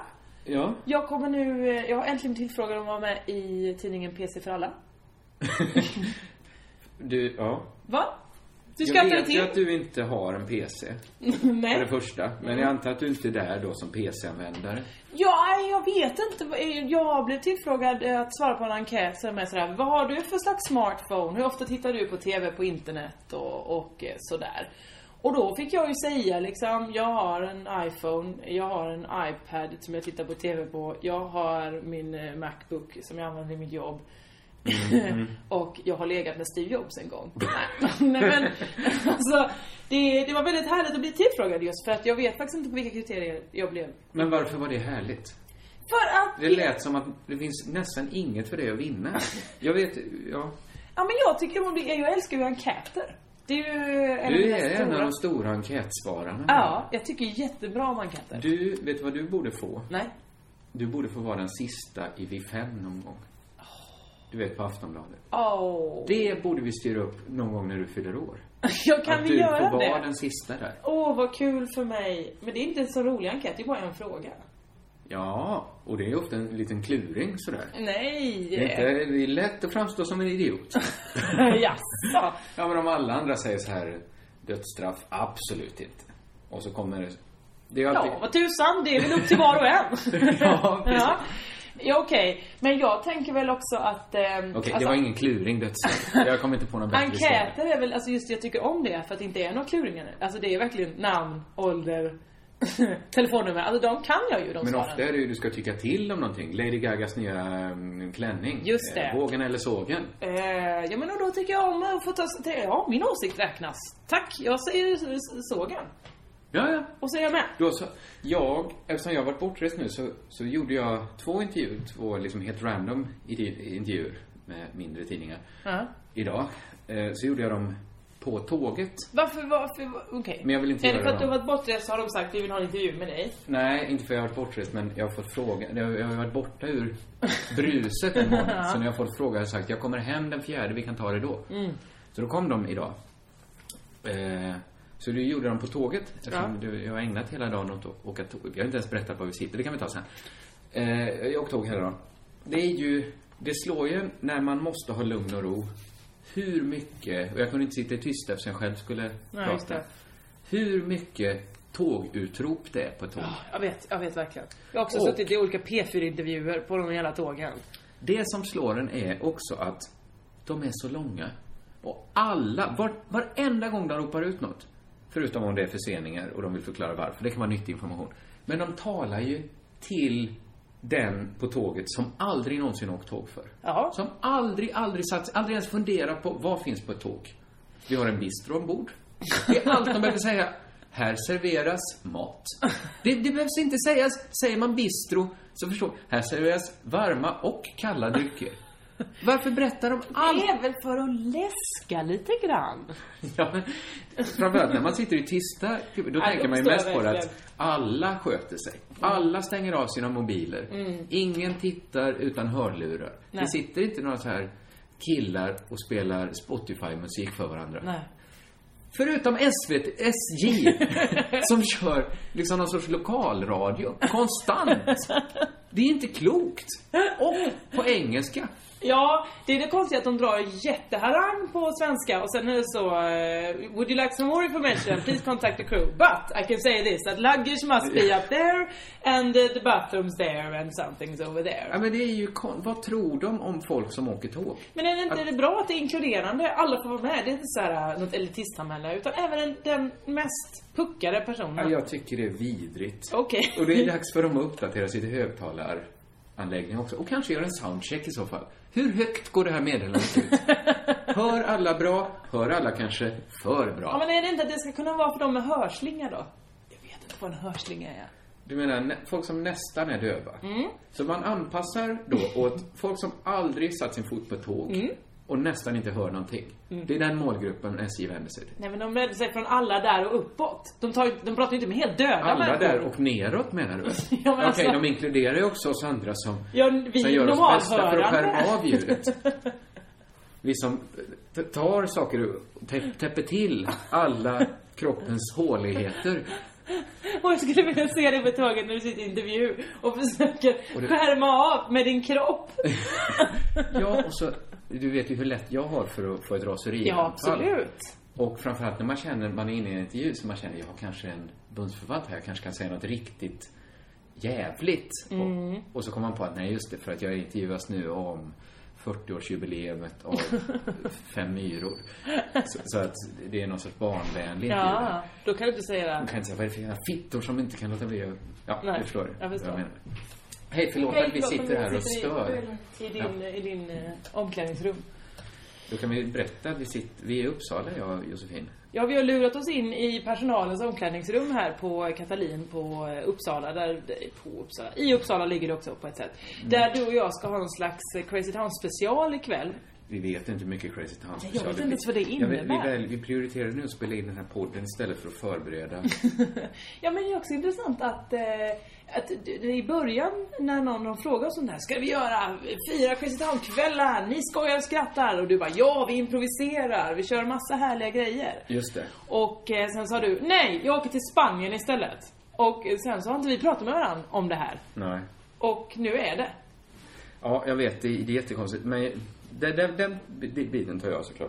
E: Ja.
F: Jag kommer nu, eh, jag har äntligen blivit tillfrågad om att vara med i tidningen PC för alla.
E: Du, ja.
F: Va? Du
E: Jag
F: skrattade
E: vet ju
F: till?
E: att du inte har en PC, för det
F: Nej.
E: första. Men jag antar att du inte är där då som PC-användare.
F: Ja, nej, jag vet inte. vad- eh, Jag blev tillfrågad eh, att svara på en enkät som är sådär, vad har du för slags smartphone? Hur ofta tittar du på TV på internet och, och eh, sådär? Och då fick jag ju säga liksom, jag har en iPhone, jag har en iPad som jag tittar på TV på, jag har min eh, Macbook som jag använder i mitt jobb.
E: Mm-hmm.
F: och jag har legat med Steve Jobs en gång. Nej men, alltså, det, det var väldigt härligt att bli tillfrågad just för att jag vet faktiskt inte på vilka kriterier jag blev
E: Men varför var det härligt?
F: för att...
E: Det lät som att det finns nästan inget för dig att vinna. Jag vet, ja.
F: Ja men jag tycker om det, jag älskar ju enkäter. Det är ju en av
E: Du
F: mina
E: är en av
F: stora...
E: de stora enkätsvararna.
F: Ja, jag tycker jättebra om enkäter.
E: Du, vet du vad du borde få?
F: Nej.
E: Du borde få vara den sista i Vi fem någon gång. Du vet, på Aftonbladet.
F: Åh.
E: Det borde vi styra upp någon gång när du fyller år.
F: Ja, kan
E: att
F: vi
E: du
F: göra
E: får vara
F: det?
E: den sista där.
F: Åh, vad kul för mig. Men det är inte en så rolig enkät, det är bara en fråga.
E: Ja, och det är ju ofta en liten kluring sådär.
F: Nej!
E: Det är, inte, det är lätt att framstå som en idiot.
F: Jaså?
E: Ja, men om alla andra säger så här, dödsstraff, absolut inte. Och så kommer det... Det är ju alltid...
F: Ja, vad tusan, det är väl upp till var och en.
E: Ja, precis.
F: ja. ja okej. Men jag tänker väl också att... Eh,
E: Okej, det var ingen kluring, dödsstraff. Jag kommer inte på något bättre ställe.
F: Enkäter är väl, alltså just det, jag tycker om det för att det inte är några kluringar. Alltså det är verkligen namn, ålder, telefonnummer. Alltså de kan jag ju de
E: Men
F: svaren.
E: ofta är det ju du ska tycka till om någonting. Lady Gagas nya ehm, klänning.
F: Just det.
E: Eh, Vågen eller sågen.
F: Eh, ja men och då tycker jag om att få ta, ja min åsikt räknas. Tack, jag säger s- s- sågen.
E: Ja, ja.
F: Och så är jag med.
E: Då så, jag, eftersom jag har varit bortrest nu så, så gjorde jag två intervjuer, två liksom helt random ide- intervjuer med mindre tidningar.
F: Ja.
E: Idag. Eh, Så gjorde jag dem på tåget.
F: Varför, varför, va- okej.
E: Men jag vill inte
F: Är det
E: göra
F: för att
E: det
F: du
E: då.
F: har varit bortrest så har de sagt vi vill ha en intervju med dig?
E: Nej, inte för jag har varit bortrest men jag har fått fråga, jag har- jag har varit borta ur bruset en månad. Så när jag har fått fråga har jag sagt, jag kommer hem den fjärde, vi kan ta det då.
F: Mm.
E: Så då kom de idag. Eh, så du gjorde dem på tåget. Eftersom du, jag har ägnat hela dagen åt att åka tåg. Jag har inte ens berättat var vi sitter, det kan vi ta sen. Eh, jag åkte tåg hela dagen. Det är ju, det slår ju när man måste ha lugn och ro. Hur mycket, och jag kunde inte sitta i tysta eftersom jag själv skulle
F: just
E: prata.
F: det.
E: Hur mycket tågutrop det är på tåg.
F: Jag vet, jag vet verkligen. Jag har också
E: Och-
F: suttit i olika P4-intervjuer på de jävla tågen.
E: Det som slår en är också att de är så långa. Och alla, var, varenda gång de ropar ut något, förutom om det är förseningar och de vill förklara varför, det kan vara nyttig information. Men de talar ju till den på tåget som aldrig någonsin åkt tåg för.
F: Ja.
E: Som aldrig, aldrig satt, aldrig ens funderat på vad finns på ett tåg. Vi har en bistro ombord. Det är allt de behöver säga. Här serveras mat. Det, det behövs inte sägas. Säger man bistro så förstår Här serveras varma och kalla drycker. Varför berättar de allt?
F: Det är väl för att läska lite grann?
E: Ja, men framförallt när man sitter i tysta, då tänker man ju
F: förstår
E: mest
F: jag
E: på det
F: verkligen.
E: att alla sköter sig. Alla stänger av sina mobiler. Ingen tittar utan hörlurar. Det
F: Mm. Nej.
E: sitter inte några så här killar och spelar Spotify-musik för varandra.
F: Nej.
E: Förutom SVT, SJ, som kör liksom någon sorts lokalradio konstant. Det är inte klokt. Och på engelska.
F: Ja, det är det konstiga att de drar jätteharang på svenska och sen är det så eh, Would you like some more information? Please contact the crew. But I can say this that luggage must be up there and eh, the bathrooms there and something's over
E: Ja,
F: there.
E: men det är ju kon- Vad tror de om folk som åker tåg?
F: Men är det inte är det bra att det är inkluderande? Alla får vara med. Det är inte så här eh, något elitistsamhälle utan även den, den mest puckade
E: Ja,
F: personen.
E: jag tycker det är vidrigt.
F: Okej.
E: Och det är dags för dem att uppdatera sitt högtalaranläggning också. Och kanske göra en soundcheck i så fall. Hur högt går det här meddelandet ut? hör alla bra? Hör alla kanske för
F: Ja,
E: bra?
F: men är det inte att det ska kunna vara för dem med hörslinga då? Jag vet inte vad en hörslinga är.
E: Du menar nä- folk som nästan är döva?
F: Mm.
E: Så man anpassar då åt folk som aldrig satt sin fot på ett tåg
F: Mm.
E: och nästan inte hör någonting. Det är den målgruppen SJ vänder sig till.
F: Nej men de vänder sig från alla där och uppåt. De, tar, ju- de pratar ju inte med helt döda
E: Alla
F: människor.
E: där och neråt menar du?
F: men
E: Okej,
F: alltså-
E: de inkluderar ju också oss andra som,
F: Ja, vi
E: som gör oss bästa för att
F: normalhörande.
E: skärma av ljudet. Vi som t- tar saker och tä- täpper till alla kroppens håligheter.
F: Och jag skulle vilja se dig på tåget när du sitter i intervju och försöker
E: Och det-
F: skärma av med din kropp.
E: Ja, och så, du vet ju hur lätt jag har för att få ett raserianfall.
F: Ja, absolut.
E: Och framförallt när man känner, man är inne i en intervju, så man känner, jag har kanske en bundsförvant här, jag kanske kan säga något riktigt jävligt.
F: Mm.
E: Och, och så kommer man på att, nej just det, för att jag intervjuas nu om 40-årsjubileumet av Fem myror. Så, så att det är någon sorts barnvänlig intervju.
F: Ja, då kan du inte säga
E: Man
F: det.
E: kan inte säga, vad är det för jävla fittor som inte kan låta bli att... Ja,
F: Nej,
E: du förstår.
F: jag förstår.
E: vad menar. Hej, förlåt att vi sitter här och stör.
F: I din, i din eh, omklädningsrum.
E: Då kan vi berätta att vi, sitter, vi är i Uppsala, jag och Josefin.
F: Ja, vi har lurat oss in i personalens omklädningsrum här på Katalin på eh, Uppsala. Där, på Uppsala. I Uppsala ligger det också på ett sätt.
E: Mm.
F: Där du och jag ska ha en slags eh, Crazy Town special ikväll.
E: Vi vet inte hur mycket Crazy Town
F: Jag vet inte ens vad det
E: vi, vi,
F: innebär.
E: väl, vi prioriterar nu att spela in den här podden istället för att förbereda.
F: Ja, men det är också intressant att, eh, att d- d- i början när någon, någon frågar sånt här, ska vi göra fyra Crazy Town-kvällar? Ni skojar och skrattar. Och du bara, ja, vi improviserar. Vi kör massa härliga grejer.
E: Just det.
F: Och eh, sen sa du, nej, jag åker till Spanien istället. Och eh, sen så har inte vi pratat med varandra om det här.
E: Nej.
F: Och nu är det.
E: Ja, jag vet, det, det är jättekonstigt. Men den, den, den biten tar jag såklart.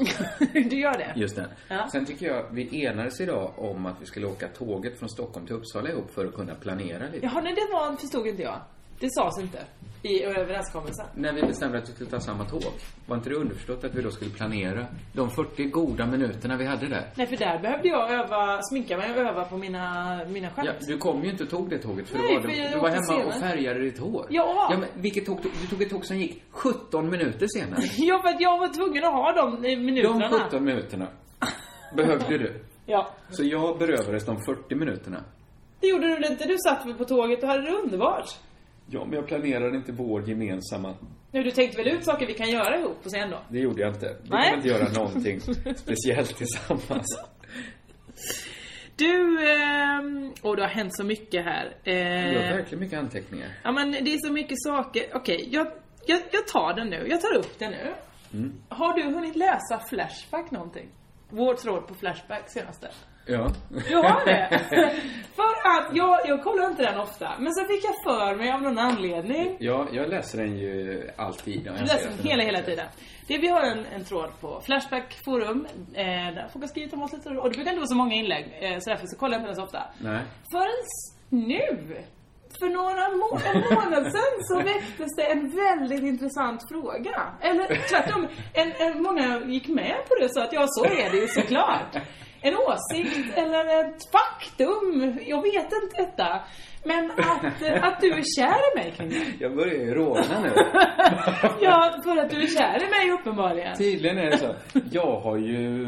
F: du gör det?
E: Just den.
F: Ja.
E: Sen tycker jag, vi enades idag om att vi skulle åka tåget från Stockholm till Uppsala ihop för att kunna planera lite.
F: Jaha, nej, det var, förstod inte jag. Det sades inte i överenskommelsen.
E: När vi bestämde att vi skulle ta samma tåg, var inte det underförstått att vi då skulle planera de 40 goda minuterna vi hade där?
F: Nej, för där behövde jag öva, sminka mig och öva på mina, mina skämt.
E: Ja, du kom ju inte och tog det tåget för
F: Nej,
E: det var,
F: för
E: du,
F: jag
E: du var
F: åkte
E: hemma och
F: senare.
E: färgade ditt hår.
F: Ja.
E: ja men vilket tåg, tog- du tog ett tåg som gick 17 minuter senare.
F: Ja, för att jag var tvungen att ha de eh, minuterna.
E: De 17 minuterna behövde du.
F: Ja.
E: Så jag berövades de 40 minuterna.
F: Det gjorde du väl inte? Du satt väl på tåget och hade det underbart?
E: Ja, men jag planerade inte vår gemensamma.
F: Nu, du tänkte väl ut saker vi kan göra ihop och sen då?
E: Det gjorde jag inte. Vi
F: Nej.
E: kan inte göra någonting speciellt tillsammans.
F: Du, ehm... Åh, det har hänt så mycket här.
E: Jag har
F: Eh...
E: verkligen mycket anteckningar.
F: Ja, men det är så mycket saker. Okej, jag, jag, jag tar den nu. Jag tar upp den nu. Har du hunnit läsa Flashback någonting? Vårt råd på Flashback senaste.
E: Ja.
F: Jag har det! för att jag, jag kollar inte den ofta. Men sen fick jag för mig av någon anledning
E: ja, jag läser den ju alltid. Ja, jag
F: Du
E: ser
F: läser
E: att
F: den
E: den-
F: hela, hela tiden. Det, vi har en, en tråd på Flashback forum, eh, där folk har skrivit om oss lite och det brukar inte vara så många inlägg, eh, så därför så kollar jag inte den så ofta.
E: Nej.
F: Förrän nu, för några må- en månad sedan, så väcktes det en väldigt intressant fråga. Eller tvärtom, en, en, många gick med på det och sa att ja, så är det ju såklart. En åsikt eller ett faktum, jag vet inte detta. Men att, eh, att du är kär i mig, Kringlan.
E: Jag börjar ju rodna nu.
F: Ja, för att du är kär i mig uppenbarligen.
E: Tydligen är det så. Jag har ju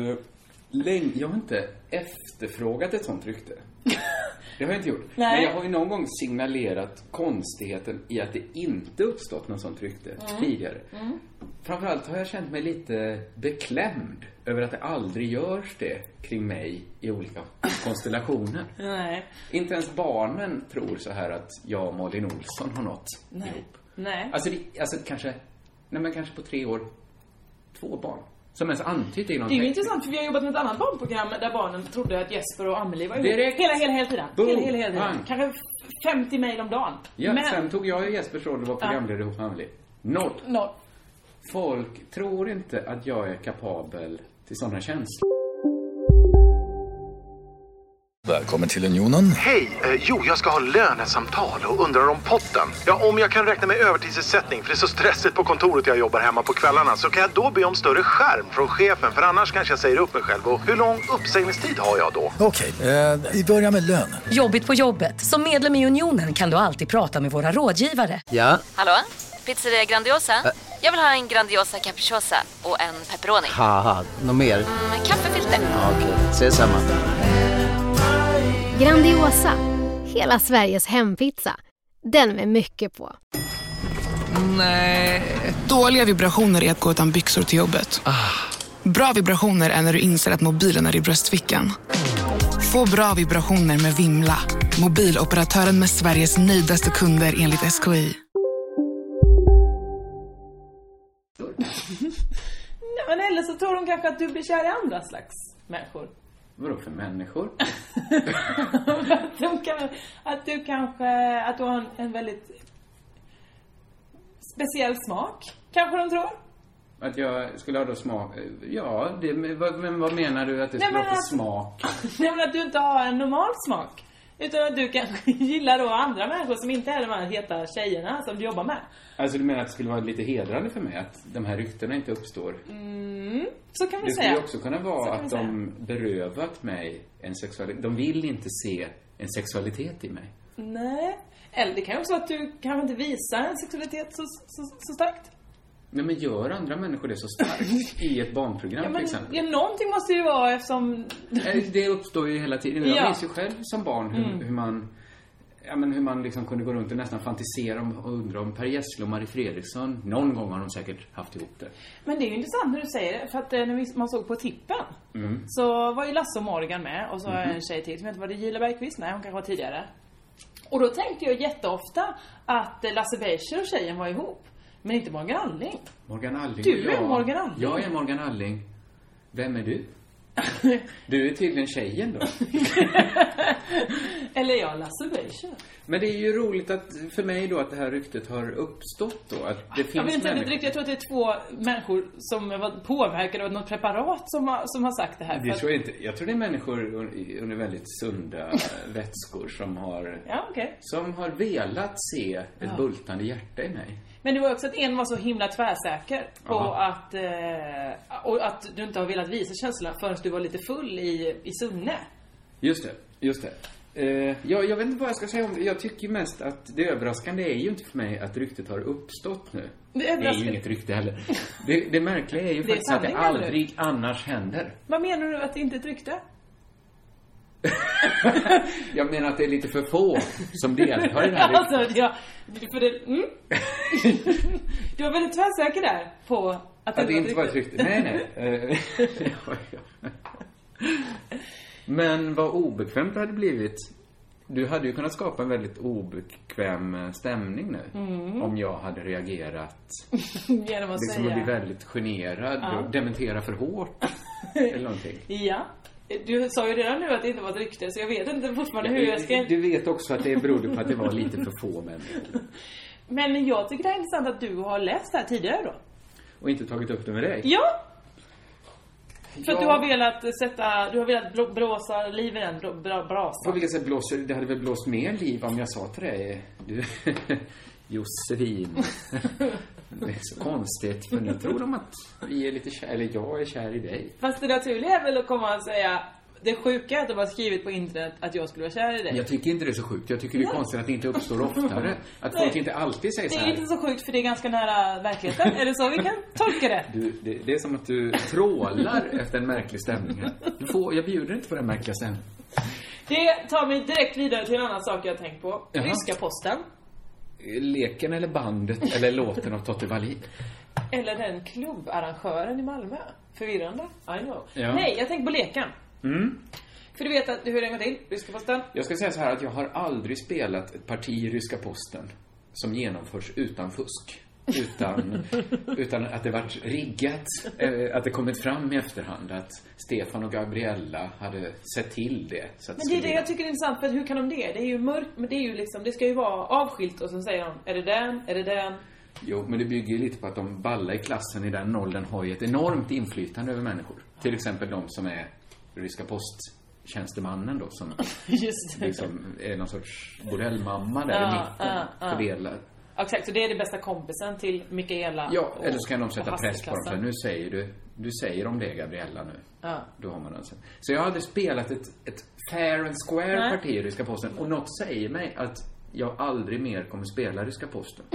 E: länge, jag har inte efterfrågat ett sånt rykte. Det har jag inte gjort.
F: Nej.
E: Men jag har ju någon gång signalerat konstigheten i att det inte uppstått något sånt rykte
F: Mm.
E: tidigare. Framförallt har jag känt mig lite beklämd över att det aldrig görs det kring mig i olika konstellationer.
F: Nej,
E: Inte ens barnen tror så här att jag och Malin Olsson har något
F: nej,
E: ihop.
F: nej.
E: Alltså, det, alltså kanske, nej men kanske på tre år, två barn. Som ens antytt i någon
F: Det är ju
E: text.
F: intressant för vi har jobbat med ett annat barnprogram där barnen trodde att Jesper och Amelie var ihop.
E: Direkt.
F: Hela, hela, hela tiden.
E: Boom.
F: Hela, hela, hela tiden.
E: Bang.
F: Kanske 50 mejl om dagen.
E: Ja, sen tog jag ju Jespers roll och var programledare ihop med Anneli. Noll.
F: no.
E: Folk tror inte att jag är kapabel till sådana känslor.
H: Välkommen till Unionen.
I: Hej! Eh, jo, jag ska ha lönesamtal och undrar om potten. Ja, om jag kan räkna med övertidsersättning för det är så stressigt på kontoret jag jobbar hemma på kvällarna så kan jag då be om större skärm från chefen för annars kanske jag säger upp mig själv. Och hur lång uppsägningstid har jag då?
H: Okej, eh, vi börjar med lön.
J: Jobbigt på jobbet. Som medlem i Unionen kan du alltid prata med våra rådgivare.
K: Ja,
L: Hallå? Pizzeria Grandiosa? Jag vill ha en Grandiosa capriciosa och en pepperoni.
K: haha, något mer?
L: Med kaffefilter.
K: Ja, Okej, ses samma.
I: Grandiosa, hela Sveriges hempizza. Den med mycket på.
H: Dåliga vibrationer är att gå utan byxor till jobbet. Bra vibrationer är när du inser att mobilen är i bröstfickan. Få bra vibrationer med Vimla. Mobiloperatören med Sveriges nöjdaste kunder enligt SKI.
F: Men eller så tror de kanske att du blir kär i andra slags människor.
E: Vadå för människor?
F: De kan, att du kanske, att du har en, en väldigt speciell smak, kanske de tror.
E: Att jag skulle ha då smak... Ja, det, vad- men vad menar du att det
F: Nej,
E: skulle
F: men alltså-
E: ha för
F: att-
E: smak?
F: Nej men att du inte har en normal smak. Utan att du kanske gillar då andra människor som inte är de här heta tjejerna som du jobbar med.
E: Alltså du menar att det skulle vara lite hedrande för mig att de här ryktena inte uppstår?
F: Mm, så kan man
E: Det skulle
F: säga.
E: ju också kunna vara
F: Så kan
E: att
F: man
E: de berövat mig en sexualitet. De vill inte se en sexualitet i mig.
F: Nej. Eller det kan ju också vara att du kanske inte visar en sexualitet så, så, så starkt.
E: Nej, men gör andra människor det så starkt? I ett barnprogram
F: Ja,
E: till
F: men
E: exempel?
F: ja, någonting måste ju vara eftersom...
E: Eh, Det uppstår ju hela tiden. Jag
F: Ja.
E: minns ju själv som barn hur,
F: Mm.
E: hur man Ja, men hur man liksom kunde gå runt och nästan fantisera om och undra om Per Gessle och Marie Fredriksson, någon gång har de säkert haft ihop det.
F: Men det är ju intressant när du säger det, för att eh, när vi- man såg på tippen
E: Mm.
F: så var ju Lasse och Morgan med och så var
E: Mhm.
F: en tjej till som hette, var det Gilla Bergqvist? Nej, hon kanske var tidigare. Och då tänkte jag jätteofta att eh, Lasse Becher och tjejen var ihop. Men inte Morgan Alling.
E: Morgan Alling
F: Du
E: och jag.
F: är Morgan Alling.
E: Jag är Morgan Alling. Vem är du? Du är tydligen tjejen då.
F: Eller ja, Lasse Becher.
E: Men det är ju roligt att, för mig då, att det här ryktet har uppstått då. Att det finns
F: Jag vet inte,
E: människor-
F: inte riktigt, jag tror att det är två människor som var påverkade av något preparat som har, som har sagt det här.
E: Det
F: För
E: tror
F: att,
E: jag inte. Jag tror det är människor un- under väldigt sunda vätskor som har,
F: ja, okej.
E: som har velat se ett
F: Ja.
E: bultande hjärta i mig.
F: Men det var också att en var så himla tvärsäker på
E: Jaha.
F: att, eh, och att du inte har velat visa känslorna förrän du var lite full i, i Sunne.
E: Just det, just det. Eh, jag, jag vet inte vad jag ska säga om det. Jag tycker ju mest att det överraskande är ju inte för mig att ryktet har uppstått nu.
F: Det
E: Det är ju
F: överraskande-
E: inget rykte heller. Det, det märkliga är ju
F: Det är
E: faktiskt att det
F: sanning, eller?
E: aldrig annars händer.
F: Vad menar du att det inte är ett rykte?
E: Jag menar att det är lite för få som deltar i det här ryktet.
F: alltså, jag, för det, mm. du var väldigt tvärsäker där på att
E: Att det
F: ett
E: inte var ett rykte. Nej, nej. Eh, ja, ja. Men vad obekvämt det hade blivit. Du hade ju kunnat skapa en väldigt obekväm eh, stämning nu.
F: Mm.
E: Om jag hade reagerat.
F: Genom att
E: Liksom att
F: säga.
E: bli väldigt generad
F: Ja.
E: och dementera för hårt. Eller någonting.
F: Ja. Du sa ju redan nu att det inte var ett rykte, så jag vet inte fortfarande hur jag ska...
E: Du vet också att det berodde på att det var lite för få människor.
F: Men jag tycker det är intressant att du har läst det här tidigare då.
E: Och inte tagit upp det med dig.
F: Ja! För att du
E: Ja.
F: har velat sätta, du har velat blå- blåsa liv i den bra- bra-
E: På
F: brasan.
E: vilket sätt blåser det? hade väl blåst mer liv om jag sa till dig, du Josefin. Det är så konstigt, för nu tror de att vi är lite kär, eller jag är kär i dig.
F: Fast det naturliga är väl att komma och säga, det sjuka är att de har skrivit på internet att jag skulle vara kär i dig.
E: Jag tycker inte det är så sjukt. Jag tycker det är
F: Nej.
E: konstigt att det inte uppstår oftare. Att
F: Nej.
E: folk inte alltid säger
F: Det
E: så
F: är inte
E: här.
F: så sjukt för det är ganska nära verkligheten. är det så vi kan tolka det?
E: Du, det, det är som att du trålar efter en märklig stämning här. Du får, jag bjuder inte på den märkliga stämningen.
F: Det tar mig direkt vidare till en annan sak jag har tänkt på.
E: Jaha.
F: Ryska posten.
E: Leken eller bandet eller låten av Totte Wallin.
F: Eller den klubbarrangören i Malmö. Förvirrande. I know.
E: Ja.
F: Nej, jag tänker på leken.
E: Mm.
F: För du vet att, hur den går till. Ryska posten.
E: Jag ska säga så här att jag har aldrig spelat ett parti i ryska posten som genomförs utan fusk. Utan, utan att det varit riggat, eh, att det kommit fram i efterhand att Stefan och Gabriella hade sett till det. Så att
F: Men det är det
E: skulle-
F: jag tycker är intressant, för hur kan de det? Det är ju mörkt, men det är ju liksom, det ska ju vara avskilt och sen säger de, är det den, är det den?
E: Jo, men det bygger ju lite på att de balla i klassen i den åldern har ju ett enormt inflytande över människor. Till exempel de som är ryska posttjänstemannen då, som
F: Just det.
E: liksom är någon sorts bordellmamma där i
F: Ja,
E: mitten.
F: ja, ja.
E: Fördelar.
F: Ja, Exakt, så det är det bästa kompisen till Mikaela
E: Ja,
F: och-
E: eller så kan de sätta
F: och
E: press på dem. Så här,
F: Hasselklassen.
E: nu säger du, du säger om det Gabriella nu.
F: Ja.
E: Då har man den sen. Så jag hade spelat ett, ett fair and square
F: Nej.
E: parti i Ryska Posten och något säger mig att jag aldrig mer kommer spela Ryska Posten.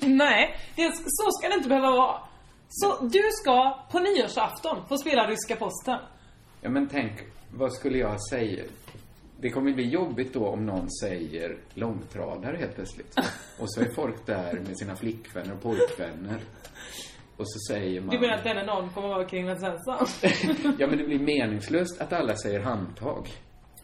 F: Nej, det, så ska det inte behöva vara. Så du ska på nyårsafton få spela Ryska posten.
E: Ja, men tänk, vad skulle jag säga? Det kommer bli jobbigt då om någon säger långtradare helt plötsligt. Och så är folk där med sina flickvänner och pojkvänner. Och så säger man...
F: Du menar att denna någon kommer vara kring den Svensson?
E: Ja, men det blir meningslöst att alla säger handtag.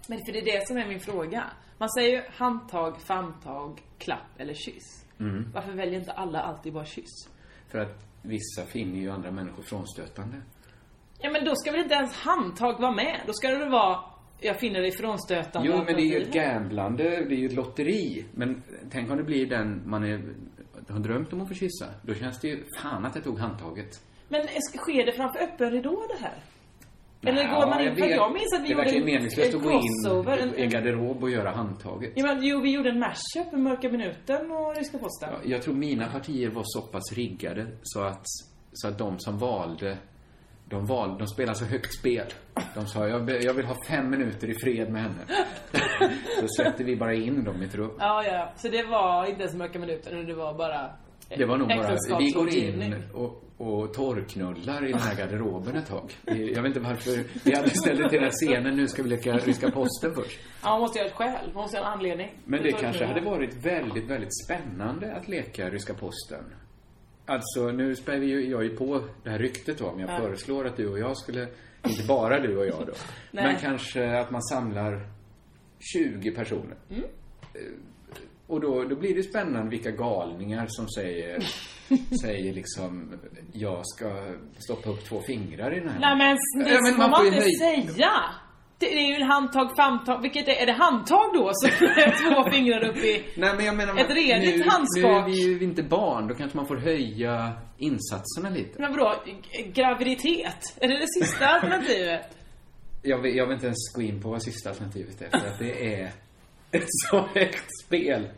F: Men för det är det som är min fråga. Man säger ju handtag, famntag, klapp eller kyss.
E: Mm.
F: Varför väljer inte alla alltid bara kyss?
E: För att vissa finner ju andra människor frånstötande.
F: Ja men då ska väl inte ens handtag vara med? Då ska det väl vara, jag finner det ifrånstötande.
E: Jo,
F: att
E: men det är ju ett
F: blir-
E: gamblande, det är ju ett lotteri. Men tänk om det blir den man är, har drömt om att få kyssa. Då känns det ju, fan att jag tog handtaget.
F: Men sker det framför öppen ridå det här? Eller
E: Nja,
F: går man in? För
E: vet.
F: jag minns att vi
E: Det är
F: gjorde
E: verkligen
F: en,
E: meningslöst
F: en
E: att gå in
F: crossover. En,
E: i en
F: en,
E: garderob och göra handtaget.
F: ja, men, jo, vi gjorde en mashup med Mörka Minuten och Ryska Posten.
E: Jag tror mina partier var så pass riggade så att, så att de som valde de, valde, de spelade så högt spel. De sa, jag, be- jag vill ha fem minuter i fred med henne. så sätter vi bara in dem i trupp.
F: Ja, ja. Så det var inte ens Mörka Minuten, det var bara
E: Det var nog bara, vi går in
F: äktenskapsrådgivning.
E: och, och torrknullar i den här garderoben ett tag. Vi- Jag vet inte varför, vi hade ställt till den här scenen, nu ska vi leka ryska posten först.
F: Ja, man måste göra ett skäl. Man måste göra en anledning.
E: Men det
F: Jag tror
E: kanske hade
F: var-
E: varit väldigt, väldigt spännande att leka ryska posten. Alltså, nu spär vi ju, jag är ju på det här ryktet då, om jag
F: Ja.
E: föreslår att du och jag skulle, inte bara du och jag då,
F: Nej.
E: men kanske att man samlar 20 personer. Eh,
F: Mm.
E: Och då, då blir det spännande vilka galningar som säger, säger liksom, jag ska stoppa upp två fingrar i den här.
F: Nej men
E: Ja,
F: det
E: men
F: får
E: man
F: man,
E: får ju
F: inte
E: höj-
F: säga! Det är ju en handtag, famtag, vilket är, är det handtag då? Så två fingrar upp i...
E: Nej, men jag menar,
F: Ett redigt
E: nu,
F: handskak.
E: Nu är vi ju inte barn, då kanske man får höja insatserna lite.
F: Men vadå, g- graviditet? Är det det sista alternativet?
E: Jag vill, jag vill inte ens gå in på vad sista alternativet är, för att det är ett så högt spel.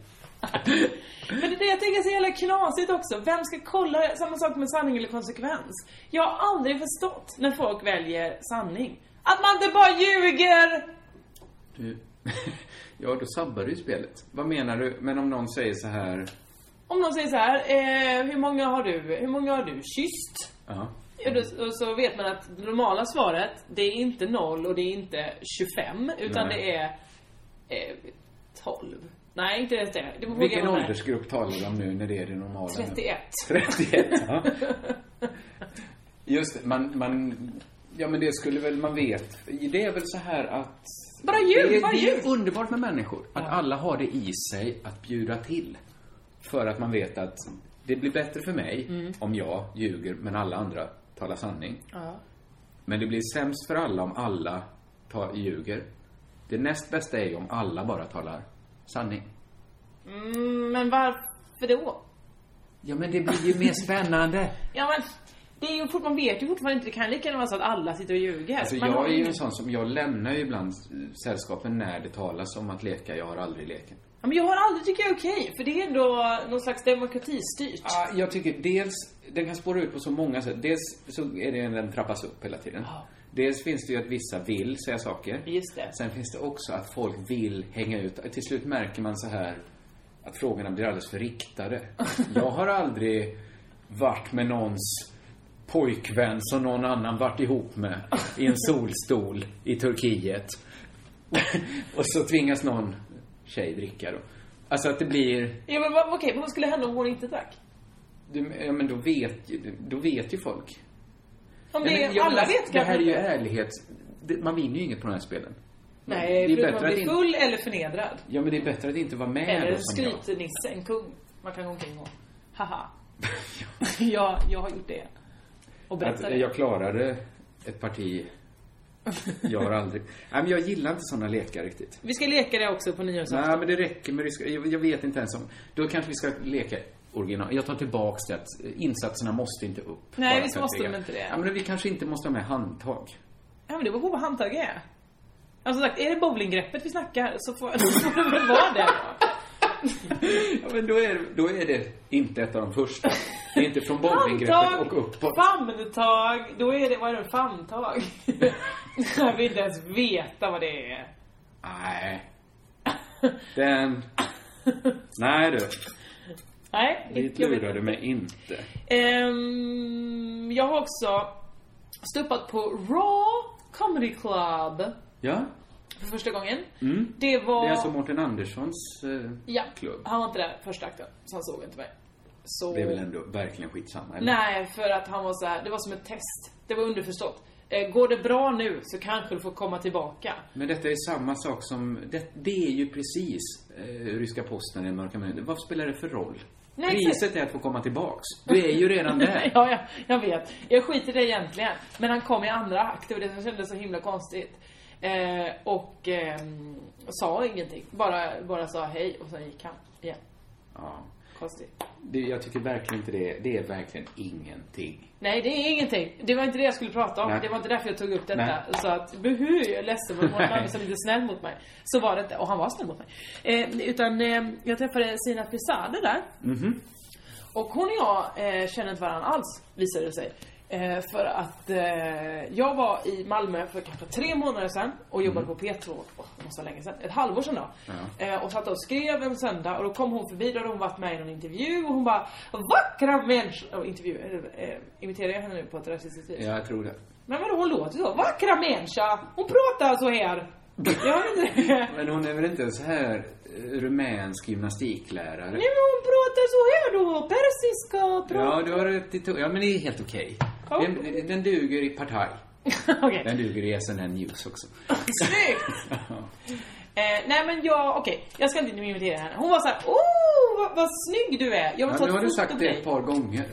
F: Men det är det jag tänker är så jävla knasigt också. Vem ska kolla? Samma sak med sanning eller konsekvens. Jag har aldrig förstått när folk väljer sanning. Att man inte bara ljuger!
E: Du, ja, då sabbar du ju spelet. Vad menar du? Men om någon säger så här...
F: Om någon säger så här, eh, hur många har du, hur många har du kysst?
E: Ja.
F: Ja, då, och så vet man att det normala svaret, det är inte 0 och det är inte 25, utan
E: Nej.
F: det är eh, 12. Nej, inte ens det. det var
E: Vilken
F: gammal-
E: åldersgrupp talar de om nu när det är det normala? nu?
F: 31.
E: 31, ja. Just det, man, man... Ja, men det skulle väl man vet. Det är väl så här att...
F: Bara ljug,
E: det, är-
F: bara
E: det
F: ljug.
E: är underbart med människor. Att alla har det i sig att bjuda till. För att man vet att det blir bättre för mig
F: Mm.
E: om jag ljuger, men alla andra talar sanning.
F: Ja.
E: Men det blir sämst för alla om alla tar, ljuger. Det näst bästa är ju om alla bara talar sanning.
F: Mm, men varför då?
E: Ja, men det blir ju mer spännande.
F: Ja, men det är ju fort, man vet ju fortfarande inte. Det kan lika gärna vara så att alla sitter och ljuger.
E: Alltså,
F: Man har
E: jag är ju
F: ingen-
E: en sån som, jag lämnar ju ibland eh, sällskapen när det talas om att leka. Jag har aldrig leken.
F: Ja, men jag har aldrig tycker jag är okej, för det är ändå någon slags demokratistyrt.
E: Ja, jag tycker dels, den kan spåra ut på så många sätt. Dels så är det en, den trappas upp hela tiden. Dels finns det ju att vissa vill säga saker.
F: Just det.
E: Sen finns det också att folk vill hänga ut. Till slut märker man så här att frågorna blir alldeles för riktade. Jag har aldrig varit med någons pojkvän som någon annan varit ihop med i en solstol i Turkiet. Och så tvingas någon tjej dricka då. Alltså att det blir...
F: Ja, men vad- okej, men vad skulle hända om hon inte drack?
E: Du, ja, men då vet, ju- då vet ju folk.
F: Om
E: Ja,
F: det,
E: men jag
F: alla
E: menar,
F: vet
E: Det här är ju
F: kanske.
E: ärlighet. Det, man vinner ju inget på de här spelen.
F: Nej,
E: det är
F: förutom
E: bättre
F: att
E: att
F: bli
E: inte-
F: full eller förnedrad.
E: Ja, men det är bättre att inte vara med
F: Eller
E: då,
F: en
E: som jag.
F: skrytnisse, en kung. Man kan gå omkring och haha. ja, jag har gjort det. Och
E: Att
F: berätta det.
E: jag klarade ett parti. Jag har aldrig... Nej, men jag gillar inte såna lekar riktigt.
F: Vi ska leka det också på nyårsafton.
E: Nej, men det räcker med ryska... Jag, jag vet inte ens om... Då kanske vi ska leka original. Jag tar tillbaks det att eh, insatserna måste inte upp.
F: Nej,
E: bara
F: visst
E: för att
F: måste
E: vi-
F: de inte det.
E: Ja, men vi kanske inte måste ha med handtag.
F: Ja, men det beror på vad handtaget är. Alltså sagt, är det bowlinggreppet vi snackar så får, så får det väl vara det.
E: Ja, men då är, då är det inte ett av de första. Det är inte från bowlinggreppet
F: Handtag,
E: och uppåt.
F: famntag, då är det, vad är det, famntag? jag vill inte ens veta vad det är.
E: Nej. Den... Nej du.
F: Nej,
E: Dit
F: jag vet
E: lurar du mig inte.
F: Ehm, jag har också stuppat på Raw Comedy Club
E: Ja.
F: för första gången.
E: Mm.
F: Det var...
E: Det är alltså Mårten Anderssons eh,
F: ja,
E: klubb.
F: han var inte där första akten, så han såg inte mig. Så...
E: Det är väl ändå verkligen skitsamma? eller?
F: Nej, för att han var så här, det var som ett test. Det var underförstått. Eh, går det bra nu så kanske du får komma tillbaka.
E: Men detta är samma sak som... Det, det är ju precis eh, ryska posten i Mörka minuten. Vad spelar det för roll?
F: Nej, exakt.
E: Priset är att få komma tillbaks. Du är ju redan där.
F: ja, ja, jag vet. Jag skiter i det egentligen. Men han kom i andra akt, det var det som kändes så himla konstigt. Eh, och ehm, sa ingenting. Bara, bara sa hej och sen gick han igen.
E: Ja.
F: Konstigt.
E: Det, jag tycker verkligen inte det. är- Det är verkligen ingenting.
F: Nej, det är ingenting. Det var inte det jag skulle prata om.
E: Nej.
F: Det var inte därför jag tog upp detta.
E: Nej.
F: Så att, buhu, jag är ledsen mot
E: Nej.
F: honom som inte är liksom snäll mot mig. Så var det inte. Och han var snäll mot mig. Eh, utan eh, jag träffade Sina Frisade där.
E: Mhm.
F: Och hon och jag eh, känner inte varandra alls, visade det sig. Eh, för att eh, jag var i Malmö för kanske tre månader sedan och jobbade på P2, åh, det måste vara länge sedan, ett halvår sedan då. Eh, och satt och skrev en söndag och då kom hon förbi, då hade hon varit med i någon intervju och hon bara Vackra människor! Och intervju, eh, eh, imiterar jag henne nu på ett rasistiskt vis?
E: Ja, jag tror det.
F: Men vadå, hon låter så. Vackra människa! Hon pratar så här! Jag har inte...
E: Men hon är väl inte en så här eh, rumänsk gymnastiklärare?
F: Nej men hon pratar så här då, persiska pratar...
E: Ja, du har rätt i to- Ja, men det är helt okej.
F: Ja.
E: Den, den duger i Partaj.
F: Okej.
E: Den duger i SNN News också.
F: Snyggt! Eh, nej men jag, okej, jag ska inte imitera henne. Hon var såhär, åh vad, vad snygg du är! Jag
E: Ja,
F: vill
E: nu
F: ta
E: har
F: ett
E: du
F: foto på
E: sagt det ett
F: dig.
E: par gånger.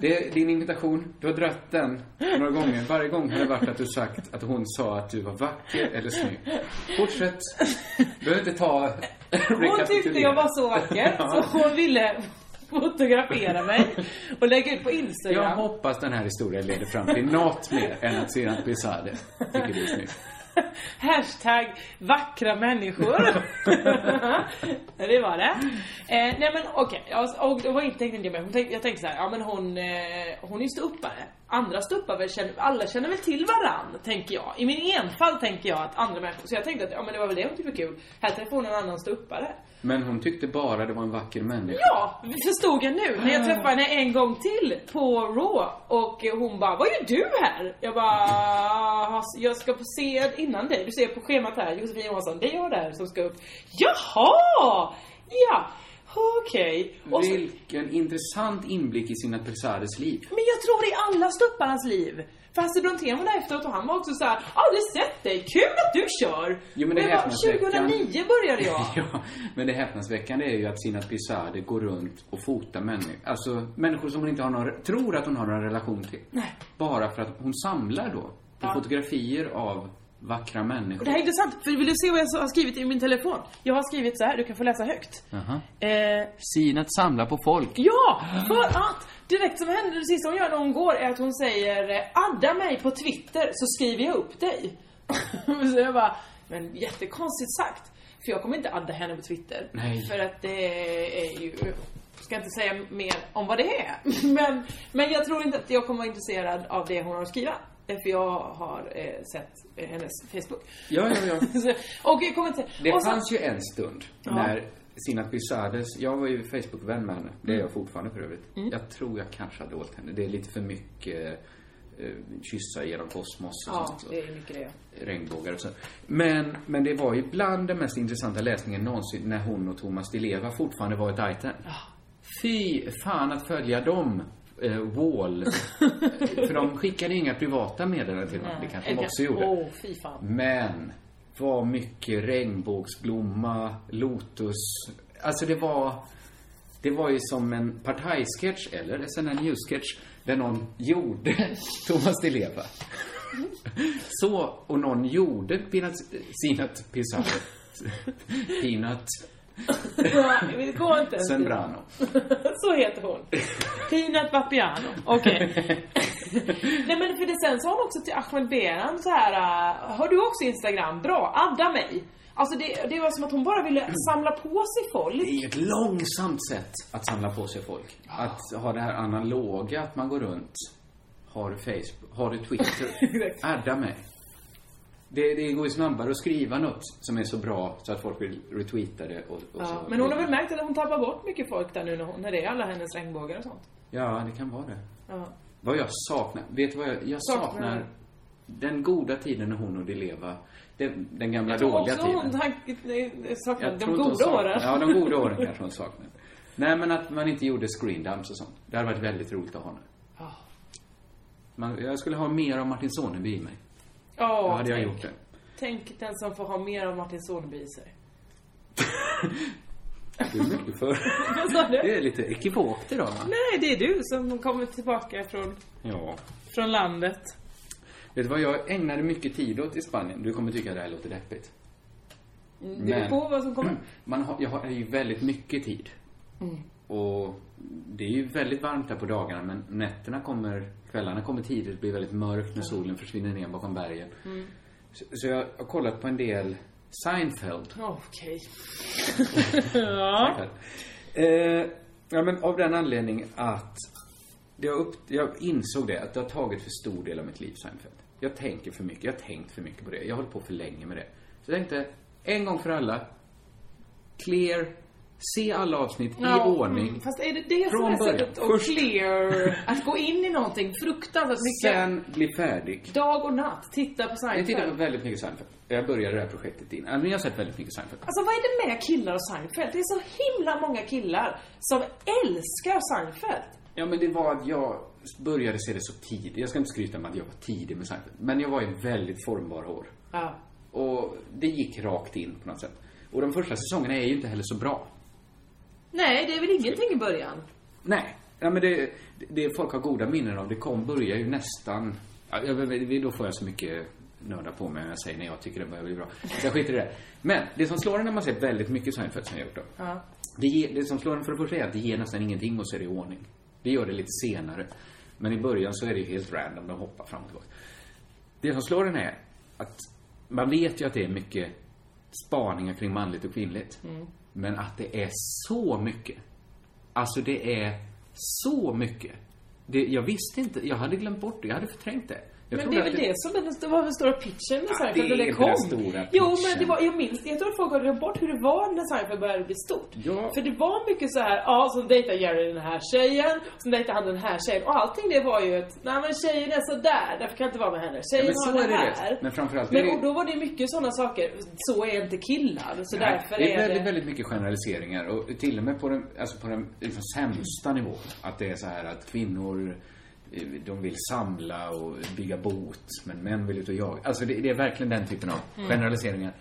E: Det är din invitation. Du har dragit den några gånger. Varje gång har det varit att du sagt att hon sa att du var vacker eller snygg. Fortsätt. Du behöver inte ta...
F: Hon tyckte jag var så vacker,
E: Ja.
F: så hon ville fotografera mig och lägga ut på
E: Jag
F: Instagram.
E: hoppas den här historien leder fram till något mer än att Siran Bizade tycker du är snygg.
F: Hashtag vackra människor. det var det. Eh, nej men okej, jag- och det var inte tänkt det men hon tänkte, jag tänkte såhär, ja men hon, eh, hon är ju ståuppare. Andra ståuppare, känner- alla känner väl till varann, tänker jag. I min enfald tänker jag att andra människor, så jag tänkte att ja men det var väl det hon tyckte var kul. Här träffar hon en annan ståuppare.
E: Men hon tyckte bara det var en vacker människa.
F: Ja, det förstod jag nu när jag träffade henne en gång till på Raw och hon bara Vad gör du här? Jag bara Jag ska på scen innan dig, du ser på schemat här Josefin Johansson, det är jag där som ska upp Jaha! Ja, okej Och så-
E: Vilken intressant inblick i sina Prezades liv.
F: Men jag tror det är alla stupparnas liv För Hasse Brontén var där efteråt och han var också såhär Aldrig sett dig, kul att du kör!
E: Jo, men det
F: Och jag
E: är
F: bara,
E: häpnadsväckande.
F: 2009 började jag
E: ja, men det häpnadsväckande är ju att Sinat Pizzade går runt och fotar människor. Alltså människor som hon inte har någon, tror att hon har någon relation till. Nej. Bara för att hon samlar då på
F: Ja.
E: fotografier av vackra
F: Och
E: människor.
F: det här är intressant, för vill du se vad jag har skrivit i min telefon? Jag har skrivit så här, du kan få läsa högt
E: Jaha.
F: Eh,
E: Sinat samlar på folk.
F: Ja! För att direkt som händer det sista hon gör när hon går är att hon säger eh, Adda mig på Twitter så skriver jag upp dig. så jag bara, men jättekonstigt sagt. För jag kommer inte adda henne på Twitter.
E: Nej.
F: För att det är ju... Ska inte säga mer om vad det är. men, men jag tror inte att jag kommer vara intresserad av det hon har att skriva. Eh, För jag har eh, sett eh, hennes Facebook.
E: Ja, ja, ja.
F: Så- och jag kommer inte...
E: Det
F: och så-
E: fanns ju en stund
F: Ja.
E: när Sinat Pizzades, jag var ju Facebook-vän med henne. Det är
F: Mm.
E: jag fortfarande för övrigt. Jag tror jag kanske har dolt henne. Det är lite för mycket eh, kyssa genom kosmos och
F: Ja,
E: sånt.
F: det är mycket det.
E: regnbågar och så. Men, men det var ju bland den mest intressanta läsningen någonsin när hon och Thomas Di Leva fortfarande var ett item. Fy fan att följa dem. Eh, wall. För de skickade ju inga privata meddelanden till honom. Det kanske de också gjorde.
F: Åh, oh, fy fan.
E: Men vad mycket regnbågsblomma, lotus. Alltså det var det var ju som en partajsketch eller SNL News-sketch där någon gjorde Thomas Di Leva. Så, och någon gjorde Peanut, Sinat Pizarro. Peanut
F: Ja, det går inte. ens.
E: Sembrano.
F: Så heter hon. Peanut Vapiano. Okej. Nej men för det sen sa hon också till Ahmed Beran så här. äh, Har du också Instagram? Bra, adda mig. Alltså det, det var som att hon bara ville samla på sig folk.
E: Det är ju ett långsamt sätt att samla på sig folk. Att ha det här analoga, att man går runt. Har du Facebook? Har du Twitter? Adda mig. Det, det går ju snabbare att skriva något som är så bra så att folk vill retweeta det och, och
F: Ja,
E: så.
F: men hon har väl märkt att hon tappar bort mycket folk där nu när, hon, när det är alla hennes regnbågar och sånt.
E: Ja, det kan vara det.
F: Ja.
E: Vad jag saknar, vet du vad jag, jag
F: Saknar-
E: saknar? Den goda tiden när hon och Di Leva, den, den gamla
F: Jag tror
E: dåliga
F: också
E: tiden.
F: hon tack- nej, saknar de
E: tror inte hon
F: goda
E: saknar-
F: åren.
E: Ja, de goda åren kanske hon saknar. Nej, men att man inte gjorde screen dumps och sånt. Det hade varit väldigt roligt att ha nu.
F: Ja.
E: Man, jag skulle ha mer av Martin Soneby i mig.
F: Ja,
E: Då hade jag
F: tänk.
E: gjort det.
F: Tänk den som får ha mer av Martin Soneby i sig.
E: Det är mycket för...
F: Vad sa du?
E: Det är lite ekivokt idag va?
F: Nej, det är du som kommer tillbaka från,
E: Ja.
F: från landet.
E: Vet du vad jag ägnade mycket tid åt i Spanien? Du kommer tycka att det här låter deppigt.
F: Mm, Det beror på vad som kommer.
E: Man har, jag har ju väldigt mycket tid.
F: Mm.
E: Och det är ju väldigt varmt där på dagarna men nätterna kommer, kvällarna kommer tidigt, det blir väldigt mörkt när solen försvinner ner bakom bergen.
F: Mm.
E: Så, så jag har kollat på en del Seinfeld.
F: Okej. ja.
E: Eh, ja, men av den anledningen att jag, upp, jag insåg det, att det har tagit för stor del av mitt liv, Seinfeld. Jag tänker för mycket, jag har tänkt för mycket på det, jag har hållit på för länge med det. Så jag tänkte, en gång för alla, clear, se alla avsnitt
F: Ja,
E: i ordning.
F: mm, Fast är det det
E: Från
F: som är
E: början.
F: sättet att
E: Först.
F: clear, att gå in i någonting fruktansvärt mycket?
E: Sen bli färdig.
F: Dag och natt, titta på
E: Jag tittar på
F: Seinfeld.
E: väldigt mycket Seinfeld. Jag började det här projektet innan. Alltså, jag har sett väldigt mycket Seinfeld.
F: Alltså vad är det med killar och Seinfeld? Det är så himla många killar som älskar Seinfeld.
E: Ja, men det var att jag började se det så tidigt. Jag ska inte skryta med att jag var tidig med Seinfeld. Men jag var i väldigt formbara år.
F: Ja.
E: Och det gick rakt in på något sätt. Och de första säsongerna är ju inte heller så bra.
F: Nej, det är väl ingenting i början?
E: Nej. Ja, men det, det folk har goda minnen av, det kom, börjar ju nästan... Ja, jag- jag- då får jag så mycket nörda på mig när jag säger när jag tycker det börjar bli bra. Så jag skiter i det. Men det som slår en när man ser väldigt mycket Seinfeld som jag gjort då.
F: Ja.
E: Det, ger, det som slår en för det första är att det ger nästan ingenting och så är det i ordning. Det gör det lite senare. Men i början så är det ju helt random, de hoppar fram och tillbaka. Det som slår en är att man vet ju att det är mycket spaningar kring manligt och kvinnligt.
F: Mm.
E: Men att det är så mycket. Alltså det är så mycket. Det, jag visste inte, jag hade glömt bort det, jag hade förträngt det. Jag
F: men
E: trodde
F: det är
E: att
F: väl det som är den, det var den stora pitchen med Seinfeld
E: det
F: när det
E: är
F: kom?
E: den stora
F: jo,
E: pitchen.
F: men det var, jag minns, jag tror folk har glömt bort hur det var när Seinfeld började bli stort.
E: Ja.
F: För det var mycket så här, ja, så dejtar Jerry den här tjejen, sen dejtar han den här tjejen. Och allting det var ju ett, nej men tjejen är så där, därför kan jag inte vara med henne.
E: Ja,
F: Tjejen
E: men så
F: har
E: är
F: det
E: det
F: här.
E: det. Men framförallt är
F: Men
E: det-
F: och då var det mycket sådana saker, så är inte killar, så
E: Nej,
F: därför
E: det är,
F: är
E: väldigt,
F: det...
E: väldigt mycket generaliseringar och till och med på den, alltså på den liksom sämsta nivån. Att det är så här att kvinnor, eh, de vill samla och bygga bot, men män vill ut och jaga. Alltså det, det är verkligen den typen av
D: Mm.
E: generaliseringar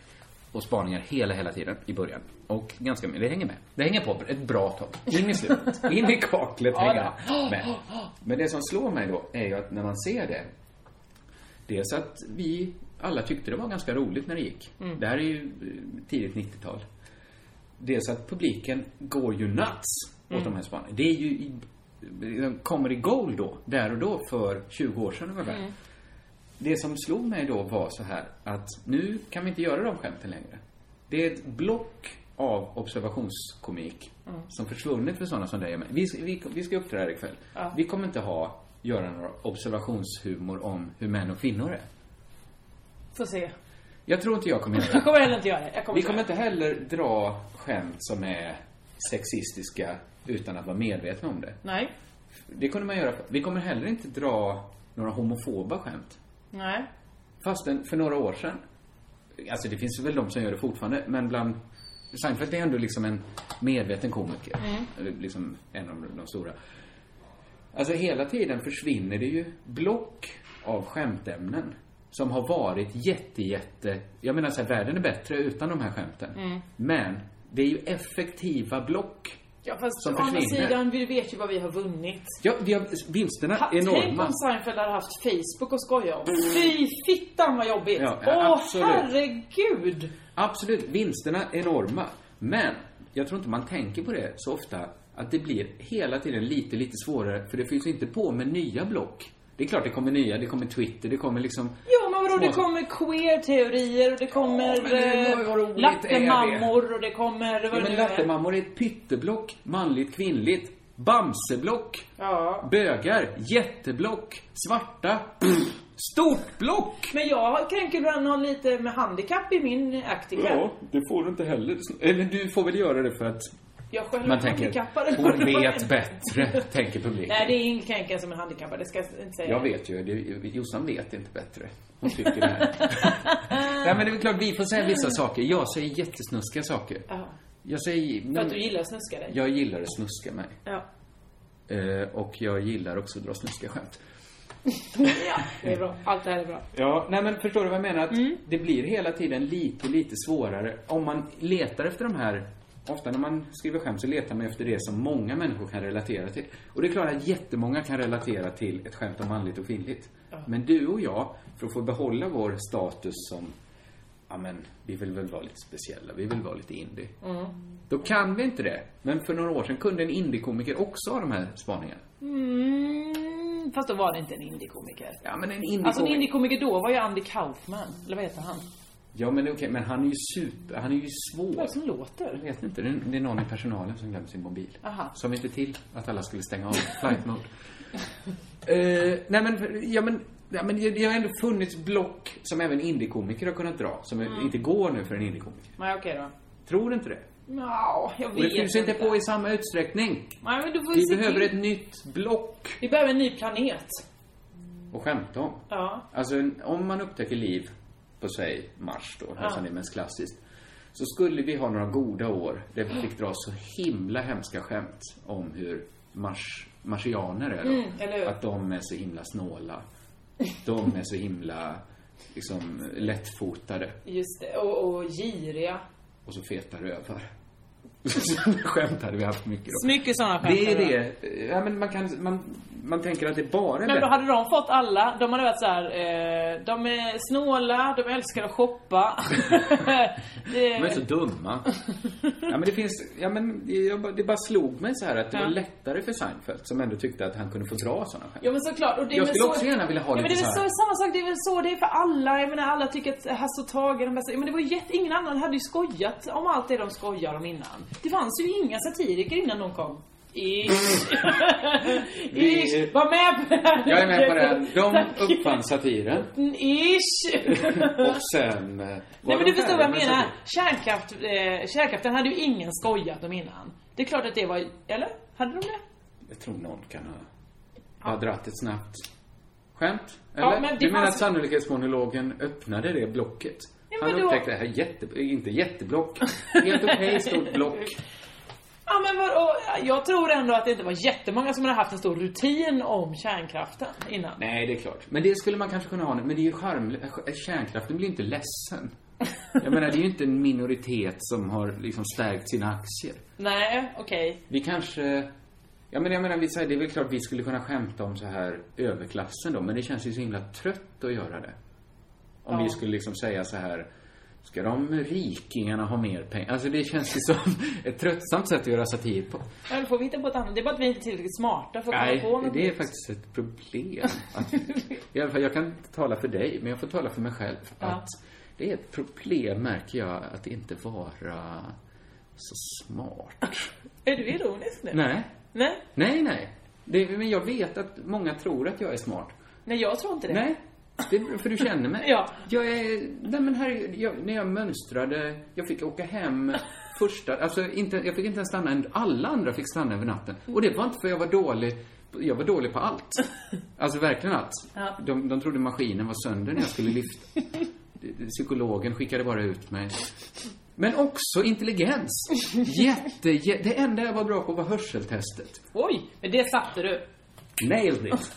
E: och spaningar hela, hela tiden i början. Och ganska mycket, det hänger med. Det hänger på ett bra tag. In i slutet. In i kaklet
D: Ja,
E: hänger
D: det-
E: med. Men det som slår mig då är ju att när man ser det Dels att vi alla tyckte det var ganska roligt när det gick.
D: Mm.
E: Det här är ju eh, tidigt 90-tal. Dels att publiken går ju nuts
D: Mm.
E: åt de här spanarna. Det är ju i, de kommer i goal då, där och då för 20 år sedan ungefär.
D: Mm.
E: Det som slog mig då var så här att nu kan vi inte göra de skämten längre. Det är ett block av observationskomik
D: Mm.
E: som försvunnit för sådana som dig och mig. Vi, ska- vi, vi ska uppträda här ikväll.
D: Ja.
E: Vi kommer inte ha, göra några observationshumor om hur män och kvinnor är.
F: Får se.
E: Jag tror inte jag kommer göra det.
F: Jag kommer heller inte göra det. Jag kommer
E: Vi
F: inte göra
E: kommer
F: det.
E: inte heller dra skämt som är sexistiska utan att vara medvetna om det.
F: Nej.
E: Det kunde man göra. Vi kommer heller inte dra några homofoba skämt.
F: Nej.
E: Fastän för några år sedan. Alltså det finns väl de som gör det fortfarande, men bland Seinfeld är ändå liksom en medveten komiker.
D: Mm.
E: Eller Liksom en av de stora. Alltså hela tiden försvinner det ju block av skämtämnen. Som har varit jätte, jätte... Jag menar så här, världen är bättre utan de här skämten.
F: Mm.
E: Men det är ju effektiva block.
F: Ja, fast
E: Som
F: å andra
E: försvinner.
F: sidan, vi vet ju vad vi har vunnit.
E: Ja, vi har, vinsterna
F: Ha,
E: är
F: tänk
E: enorma. Mm.
F: om Seinfeld hade haft Facebook att skoja om. Fy fittan vad jobbigt.
E: Ja,
F: Åh,
E: absolut.
F: herregud.
E: Absolut, vinsterna är enorma. Men jag tror inte man tänker på det så ofta att det blir hela tiden lite, lite svårare för det fylls inte på med nya block. Det är klart det kommer nya, det kommer Twitter, det kommer liksom...
F: Jo, men vadå, det
E: Små-
F: kommer queer-teorier och det kommer
E: men det-
F: eh,
E: vad- vad roligt är
F: lattemammor och det kommer...
E: Ja,
F: Vad
E: men
F: nu är.
E: lattemammor är ett pytteblock, manligt, kvinnligt, bamseblock,
F: Ja.
E: bögar, jätteblock, svarta, stort block!
F: Men jag kränker ibland någon lite med handikapp i min aktiker.
E: det får du inte heller. Eller du får väl göra det för att
F: Jag själv
E: man
F: är
E: tänker,
F: handikappad. eller vad
E: hon
F: det var.
E: vet bättre, tänker publiken.
F: Nej, det är ingen kränkare som är handikappad. Det ska jag inte säga.
E: Jag vet ju, det, Jossan vet inte bättre. Hon tycker det här. Nej men det är väl klart, vi får säga vissa saker. Jag säger jättesnuskiga saker.
F: Ja.
E: Jag säger...
F: För att du gillar att snuska dig.
E: Jag gillar att snuska mig.
F: Ja.
E: Eh, och jag gillar också att dra snuskiga skämt.
F: ja, det är bra. Allt det här är bra.
E: Ja, nej men förstår du vad jag menar? Att Det blir hela tiden lite, lite svårare om man letar efter de här Ofta när man skriver skämt så letar man efter det som många människor kan relatera till. Och det är klart att jättemånga kan relatera till ett skämt om manligt och kvinnligt. Men du och jag, för att få behålla vår status som, ja men, vi vill väl vara lite speciella, vi vill vara lite indie.
F: Mm.
E: Då kan vi inte det. Men för några år sedan kunde en indiekomiker också ha de här spaningarna.
F: Mm, fast då var det inte en indiekomiker.
E: Ja, men en
F: Alltså en
E: indiekomiker-
F: indiekomiker då var ju Andy Kaufman. Eller vad heter han?
E: Ja, men det är okej, men han är ju super, han är ju svår. Vad är det
F: som låter?
E: Jag vet inte, det är, det är någon i personalen som glömde sin mobil.
F: Aha.
E: Som inte till att alla skulle stänga av flight mode. Eh, nej men, ja men, ja, men det det har ändå funnits block som även indiekomiker har kunnat dra, som
F: Mm.
E: inte går nu för en indiekomiker.
F: Nej, okej då.
E: Tror du inte det?
F: Nja, jag
E: Och det
F: vet
E: fylls inte på i samma utsträckning.
F: Nej, men du får ju
E: Vi
F: se
E: behöver
F: till.
E: ett nytt block
F: Vi behöver en ny planet.
E: att skämta om.
F: Ja.
E: Alltså, om man upptäcker liv på, säg, Mars då,
F: Ja.
E: hälsan är mest klassiskt, så skulle vi ha några goda år där vi fick dra så himla hemska skämt om hur mars, marsianer är då.
F: Mm, eller hur?
E: Att de är så himla snåla. De är så himla, liksom, lättfotade.
F: Just det. Och, och giriga.
E: Och så feta rövar. skämt hade vi haft mycket då.
F: Så mycket sådana skämt.
E: Det är
F: hade du.
E: det. Ja, men man kan, man, man tänker att det bara är
F: Men då
E: bättre.
F: hade de fått alla, de hade varit så här. Eh, de är snåla, de älskar att shoppa. det,
E: De är så dumma. Ja, men det finns, ja, men jag, bara- det bara slog mig så här att det
F: Ja.
E: var lättare för Seinfeld som ändå tyckte att han kunde få dra sådana skämt.
F: Ja men såklart. Och det är
E: Jag
F: väl
E: skulle
F: så...
E: också gärna vilja ha
F: ja, men
E: lite
F: det är väl
E: så
F: så,
E: här.
F: samma sak, det är väl så det är för alla. Jag menar alla tycker att Hasse och Tage är de bästa. Ja, Men det var ju jätte... Ingen annan hade ju skojat om allt det de skojar om innan. Det fanns ju inga satiriker innan de kom. Ish. Ish. Var med på det
E: Jag är med på det. De uppfann satiren.
F: Ish.
E: Och sen... eh, var
F: Nej men
E: de
F: du förstår
E: färdiga
F: vad jag
E: med
F: menar.
E: satir.
F: Kärnkraft, eh, kärnkraften hade ju ingen skojat om innan. Det är klart att det var, eller? Hade de det?
E: Jag tror någon kan ha... ha dragit ett snabbt skämt. Eller?
F: Ja, men det
E: du menar
F: fanns-
E: att sannolikhetsmonologen öppnade det blocket?
F: Ja, men
E: han
F: då-
E: upptäckte det här jätte... Inte jätteblock. Helt okej stort block.
F: Ja men vad, och jag tror ändå att det inte var jättemånga som hade haft en stor rutin om kärnkraften innan.
E: Nej, det är klart. Men det skulle man kanske kunna ha nu. Men det är ju charm... Kärnkraften blir inte ledsen. Jag menar, det är ju inte en minoritet som har liksom stärkt sina aktier.
F: Nej, okej.
E: Vi kanske... Ja, men jag menar, vi säger, det är väl klart vi skulle kunna skämta om så här överklassen då, men det känns ju så himla trött att göra det. Om
F: Ja.
E: vi skulle liksom säga så här, ska de rikingarna ha mer pengar? Alltså det känns ju som ett tröttsamt sätt att göra satir på.
F: Men då får vi hitta på ett annat. Det är bara att vi inte är tillräckligt smarta för att
E: Nej,
F: komma på något
E: det är
F: nytt.
E: faktiskt ett problem. Att, i alla fall, jag kan inte tala för dig, men jag får tala för mig själv.
F: Ja.
E: Att det är ett problem, märker jag, att inte vara så smart.
F: Är du ironisk nu?
E: Nej.
F: Nej?
E: Nej, nej. Det, men jag vet att många tror att jag är smart.
F: Nej, jag tror inte det.
E: Nej. Det, för du känner mig.
F: Ja.
E: Jag är, nej men här, jag, när jag mönstrade, jag fick åka hem första, alltså inte, jag fick inte ens stanna, en- alla andra fick stanna över natten. Och det var inte för jag var dålig, jag var dålig på allt. Alltså verkligen allt.
F: Ja.
E: De, de trodde maskinen var sönder när jag skulle lyfta. Psykologen skickade bara ut mig. Men också intelligens. Jätte, jä- det enda jag var bra på var hörseltestet.
F: Oj, men det satte du.
E: Nailed it.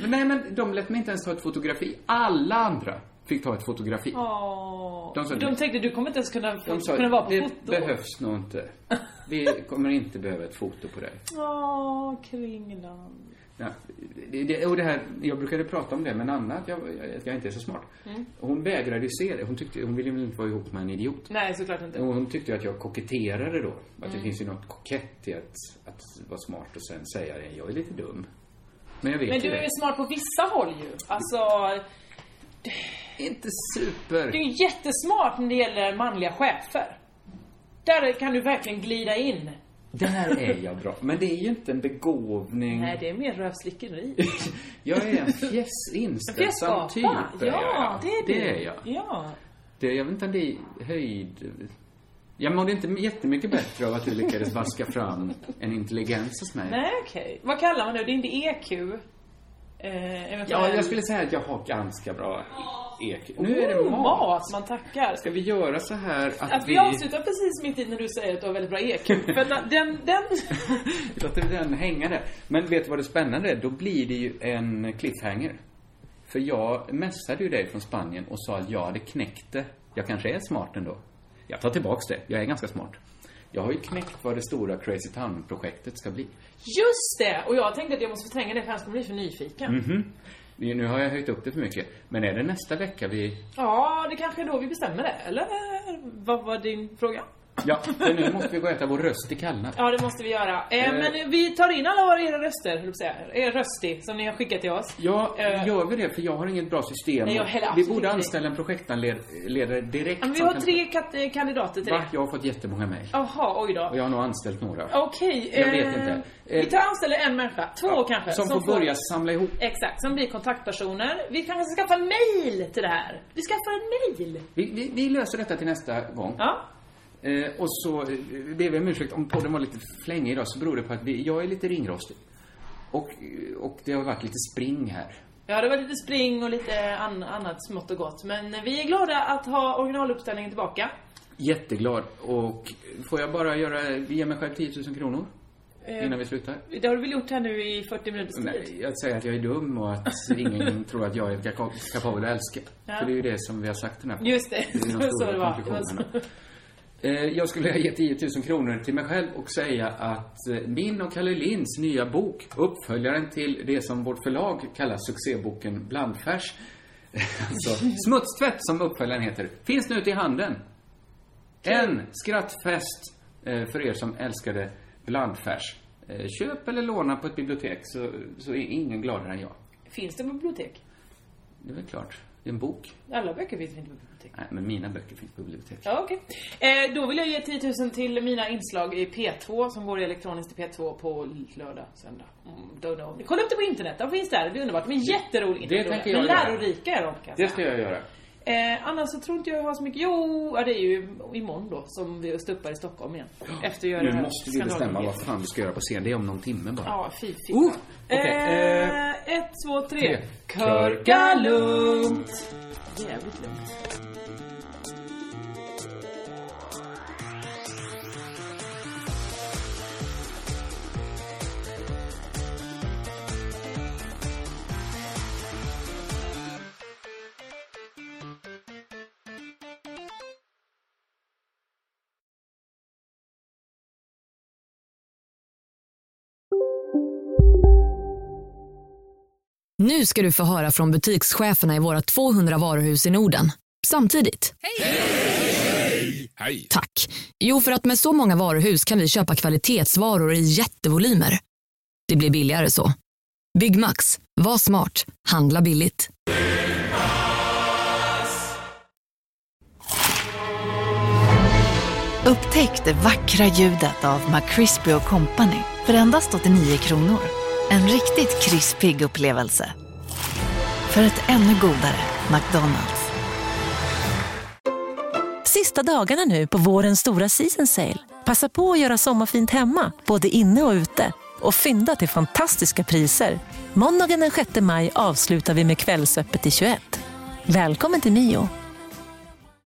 E: Men Nej, men de lät mig inte ens ta ett fotografi. Alla andra fick ta ett fotografi.
F: Åh.
E: De sa-
F: De tänkte du kommer inte ens kunna,
E: De sa,
F: kunna vara på
E: det
F: foto.
E: behövs nog inte. Vi kommer inte behöva ett foto på dig.
F: Åh, Kringland.
E: Ja, det, det, och det här, jag brukade prata om det med Anna, att jag, att jag inte är så smart.
F: Mm.
E: Hon vägrade ju se det. Hon, tyckte, hon ville väl inte vara ihop med en idiot.
F: Nej, såklart inte.
E: Och hon tyckte ju att jag koketterade då. Att det
F: Mm.
E: finns ju något kokett i att, att vara smart och sen säga det. Jag är lite dum. Men jag vet
F: Men
E: ju
F: du är
E: det.
F: ju smart på vissa håll ju. Alltså,
E: Inte super.
F: du är ju jättesmart när det gäller manliga chefer. Där kan du verkligen glida in.
E: Där är jag bra. Men det är ju inte en begåvning.
F: Nej, det är mer rövslickeri.
E: Jag är en fjäs, inställsam
F: Fjäskapa.
E: typ.
F: Ja,
E: är jag.
F: det är du.
E: Det är jag.
F: Ja.
E: Det, jag vet inte om det är höjd... Jag mådde inte jättemycket bättre av att du lyckades vaska fram en intelligens hos mig.
F: Nej, okej. Vad kallar man det? Det är inte EQ? Eh, eventuellt-
E: Ja, jag skulle säga att jag har ganska bra ek. Nu är det
F: Oh,
E: mat.
F: man tackar.
E: Ska vi göra så här att,
F: Att vi avslutar precis mitt i när du säger att du har väldigt bra EQ. För na- den, den...
E: Vi låter den hänga där. Men vet du vad det spännande är? Då blir det ju en cliffhanger. För jag messade ju dig från Spanien och sa att jag hade knäckt det. Jag kanske är smart ändå. Jag tar tillbaks det. Jag är ganska smart. Jag har ju knäckt vad det stora Crazy Town-projektet ska bli.
F: Just det! Och jag tänkte att jag måste förtränga det för annars kommer bli för nyfiken.
E: Mhm. Nu har jag höjt upp det för mycket. Men är det nästa vecka vi...
F: Ja, det kanske är då vi bestämmer det. Eller eh, vad var din fråga?
E: Ja, för nu måste vi gå och äta vår röst i kallna.
F: Ja, det måste vi göra. Eh,
E: Eh.
F: men vi tar in alla era röster, höll jag på att säga. Er rösti, som ni har skickat till oss.
E: Ja, gör vi det? För jag har inget bra system.
F: eh, Nej, jag heller
E: vi
F: absolut
E: borde
F: inte.
E: anställa en projektledare direkt.
F: Ja, men vi
E: som
F: har
E: kan-
F: tre kat- eh, kandidater till
E: Va?
F: det.
E: Jag har fått jättemånga mejl.
F: Jaha, oj då.
E: Och jag har nog anställt några.
F: Okej.
E: Jag vet inte. Eh,
F: Vi tar anställer en människa, två kanske.
E: Som, får börja samla ihop.
F: Exakt, som blir kontaktpersoner. Vi kanske ska skaffa en mail till det här. Vi skaffar en mail.
E: Vi, vi, vi löser detta till nästa gång.
F: Ja.
E: Eh, och så eh, ber vi om ursäkt om podden var lite flängig idag så beror det på att vi, jag är lite ringrostig. Och, och det har varit lite spring här.
F: Ja, det var lite spring och lite an- annat smått och gott. Men vi är glada att ha originaluppställningen tillbaka.
E: Jätteglad. Och får jag bara göra, ge mig själv 10 000 kronor?
F: Eh,
E: Innan vi slutar?
F: Det har du väl gjort här nu i 40 minuters tid?
E: Nej, jag säger att jag är dum och att ingen tror att jag är kapa- kapabel att älska.
F: Ja.
E: För det är ju det som vi har sagt i den här podden.
F: Just det,
E: är de
F: så
E: stora
F: det var. Det var
E: konklusionerna.
F: så.
E: Eh, Jag skulle ge 10 000 kronor till mig själv och säga att eh, min och Kalle Linds nya bok, uppföljaren till det som vårt förlag kallar succéboken Blandfärs, alltså Smutstvätt som uppföljaren heter, finns nu till handeln. En skrattfest eh, för er som älskade blandfärs. Eh, Köp eller låna på ett bibliotek så, så är ingen gladare än jag.
F: Finns det på bibliotek?
E: Det är väl klart. Det är en bok.
F: Alla böcker finns inte på bibliotek.
E: Nej, men mina böcker finns på bibliotek.
F: Ja, okej. Eh, då vill jag ge 10 000 till mina inslag i P2 som går elektroniskt till P2 på lördag, söndag. Mm, don't know. Kolla upp det på internet, de finns där. Det är underbart. De är jätteroliga.
E: det
F: intervjuer.
E: tänker jag
F: Men
E: göra.
F: lärorika är de kan
E: Det
F: jag säga.
E: ska jag göra.
F: Eh, annars så tror inte jag jag har så mycket. Jo, ja, det är ju imorgon då som vi stuppar i Stockholm igen. Efter att göra det
E: Nu
F: här
E: måste vi bestämma
F: skandalbygget.
E: vad fan vi ska göra på scen. Det är om någon timme bara.
F: Ja, fy fitta.
E: Oh, okej,
F: eh, ett, två, tre. Körka lugnt. Jävligt lugnt.
M: Nu ska du få höra från butikscheferna i våra 200 varuhus i Norden. Samtidigt.
N: Hej!
M: Tack. Jo, för att med så många varuhus kan vi köpa kvalitetsvaror i jättevolymer. Det blir billigare så. Byggmax. Var smart. Handla billigt.
O: Upptäck det vackra ljudet av McCrispy Company för endast 89 kronor. En riktigt krispig upplevelse. För ett ännu godare McDonalds.
P: Sista dagarna nu på vårens stora season sale. Passa på att göra sommarfint hemma, både inne och ute. Och fynda till fantastiska priser. Måndagen den 6 maj avslutar vi med Kvällsöppet i 21. Välkommen till Mio.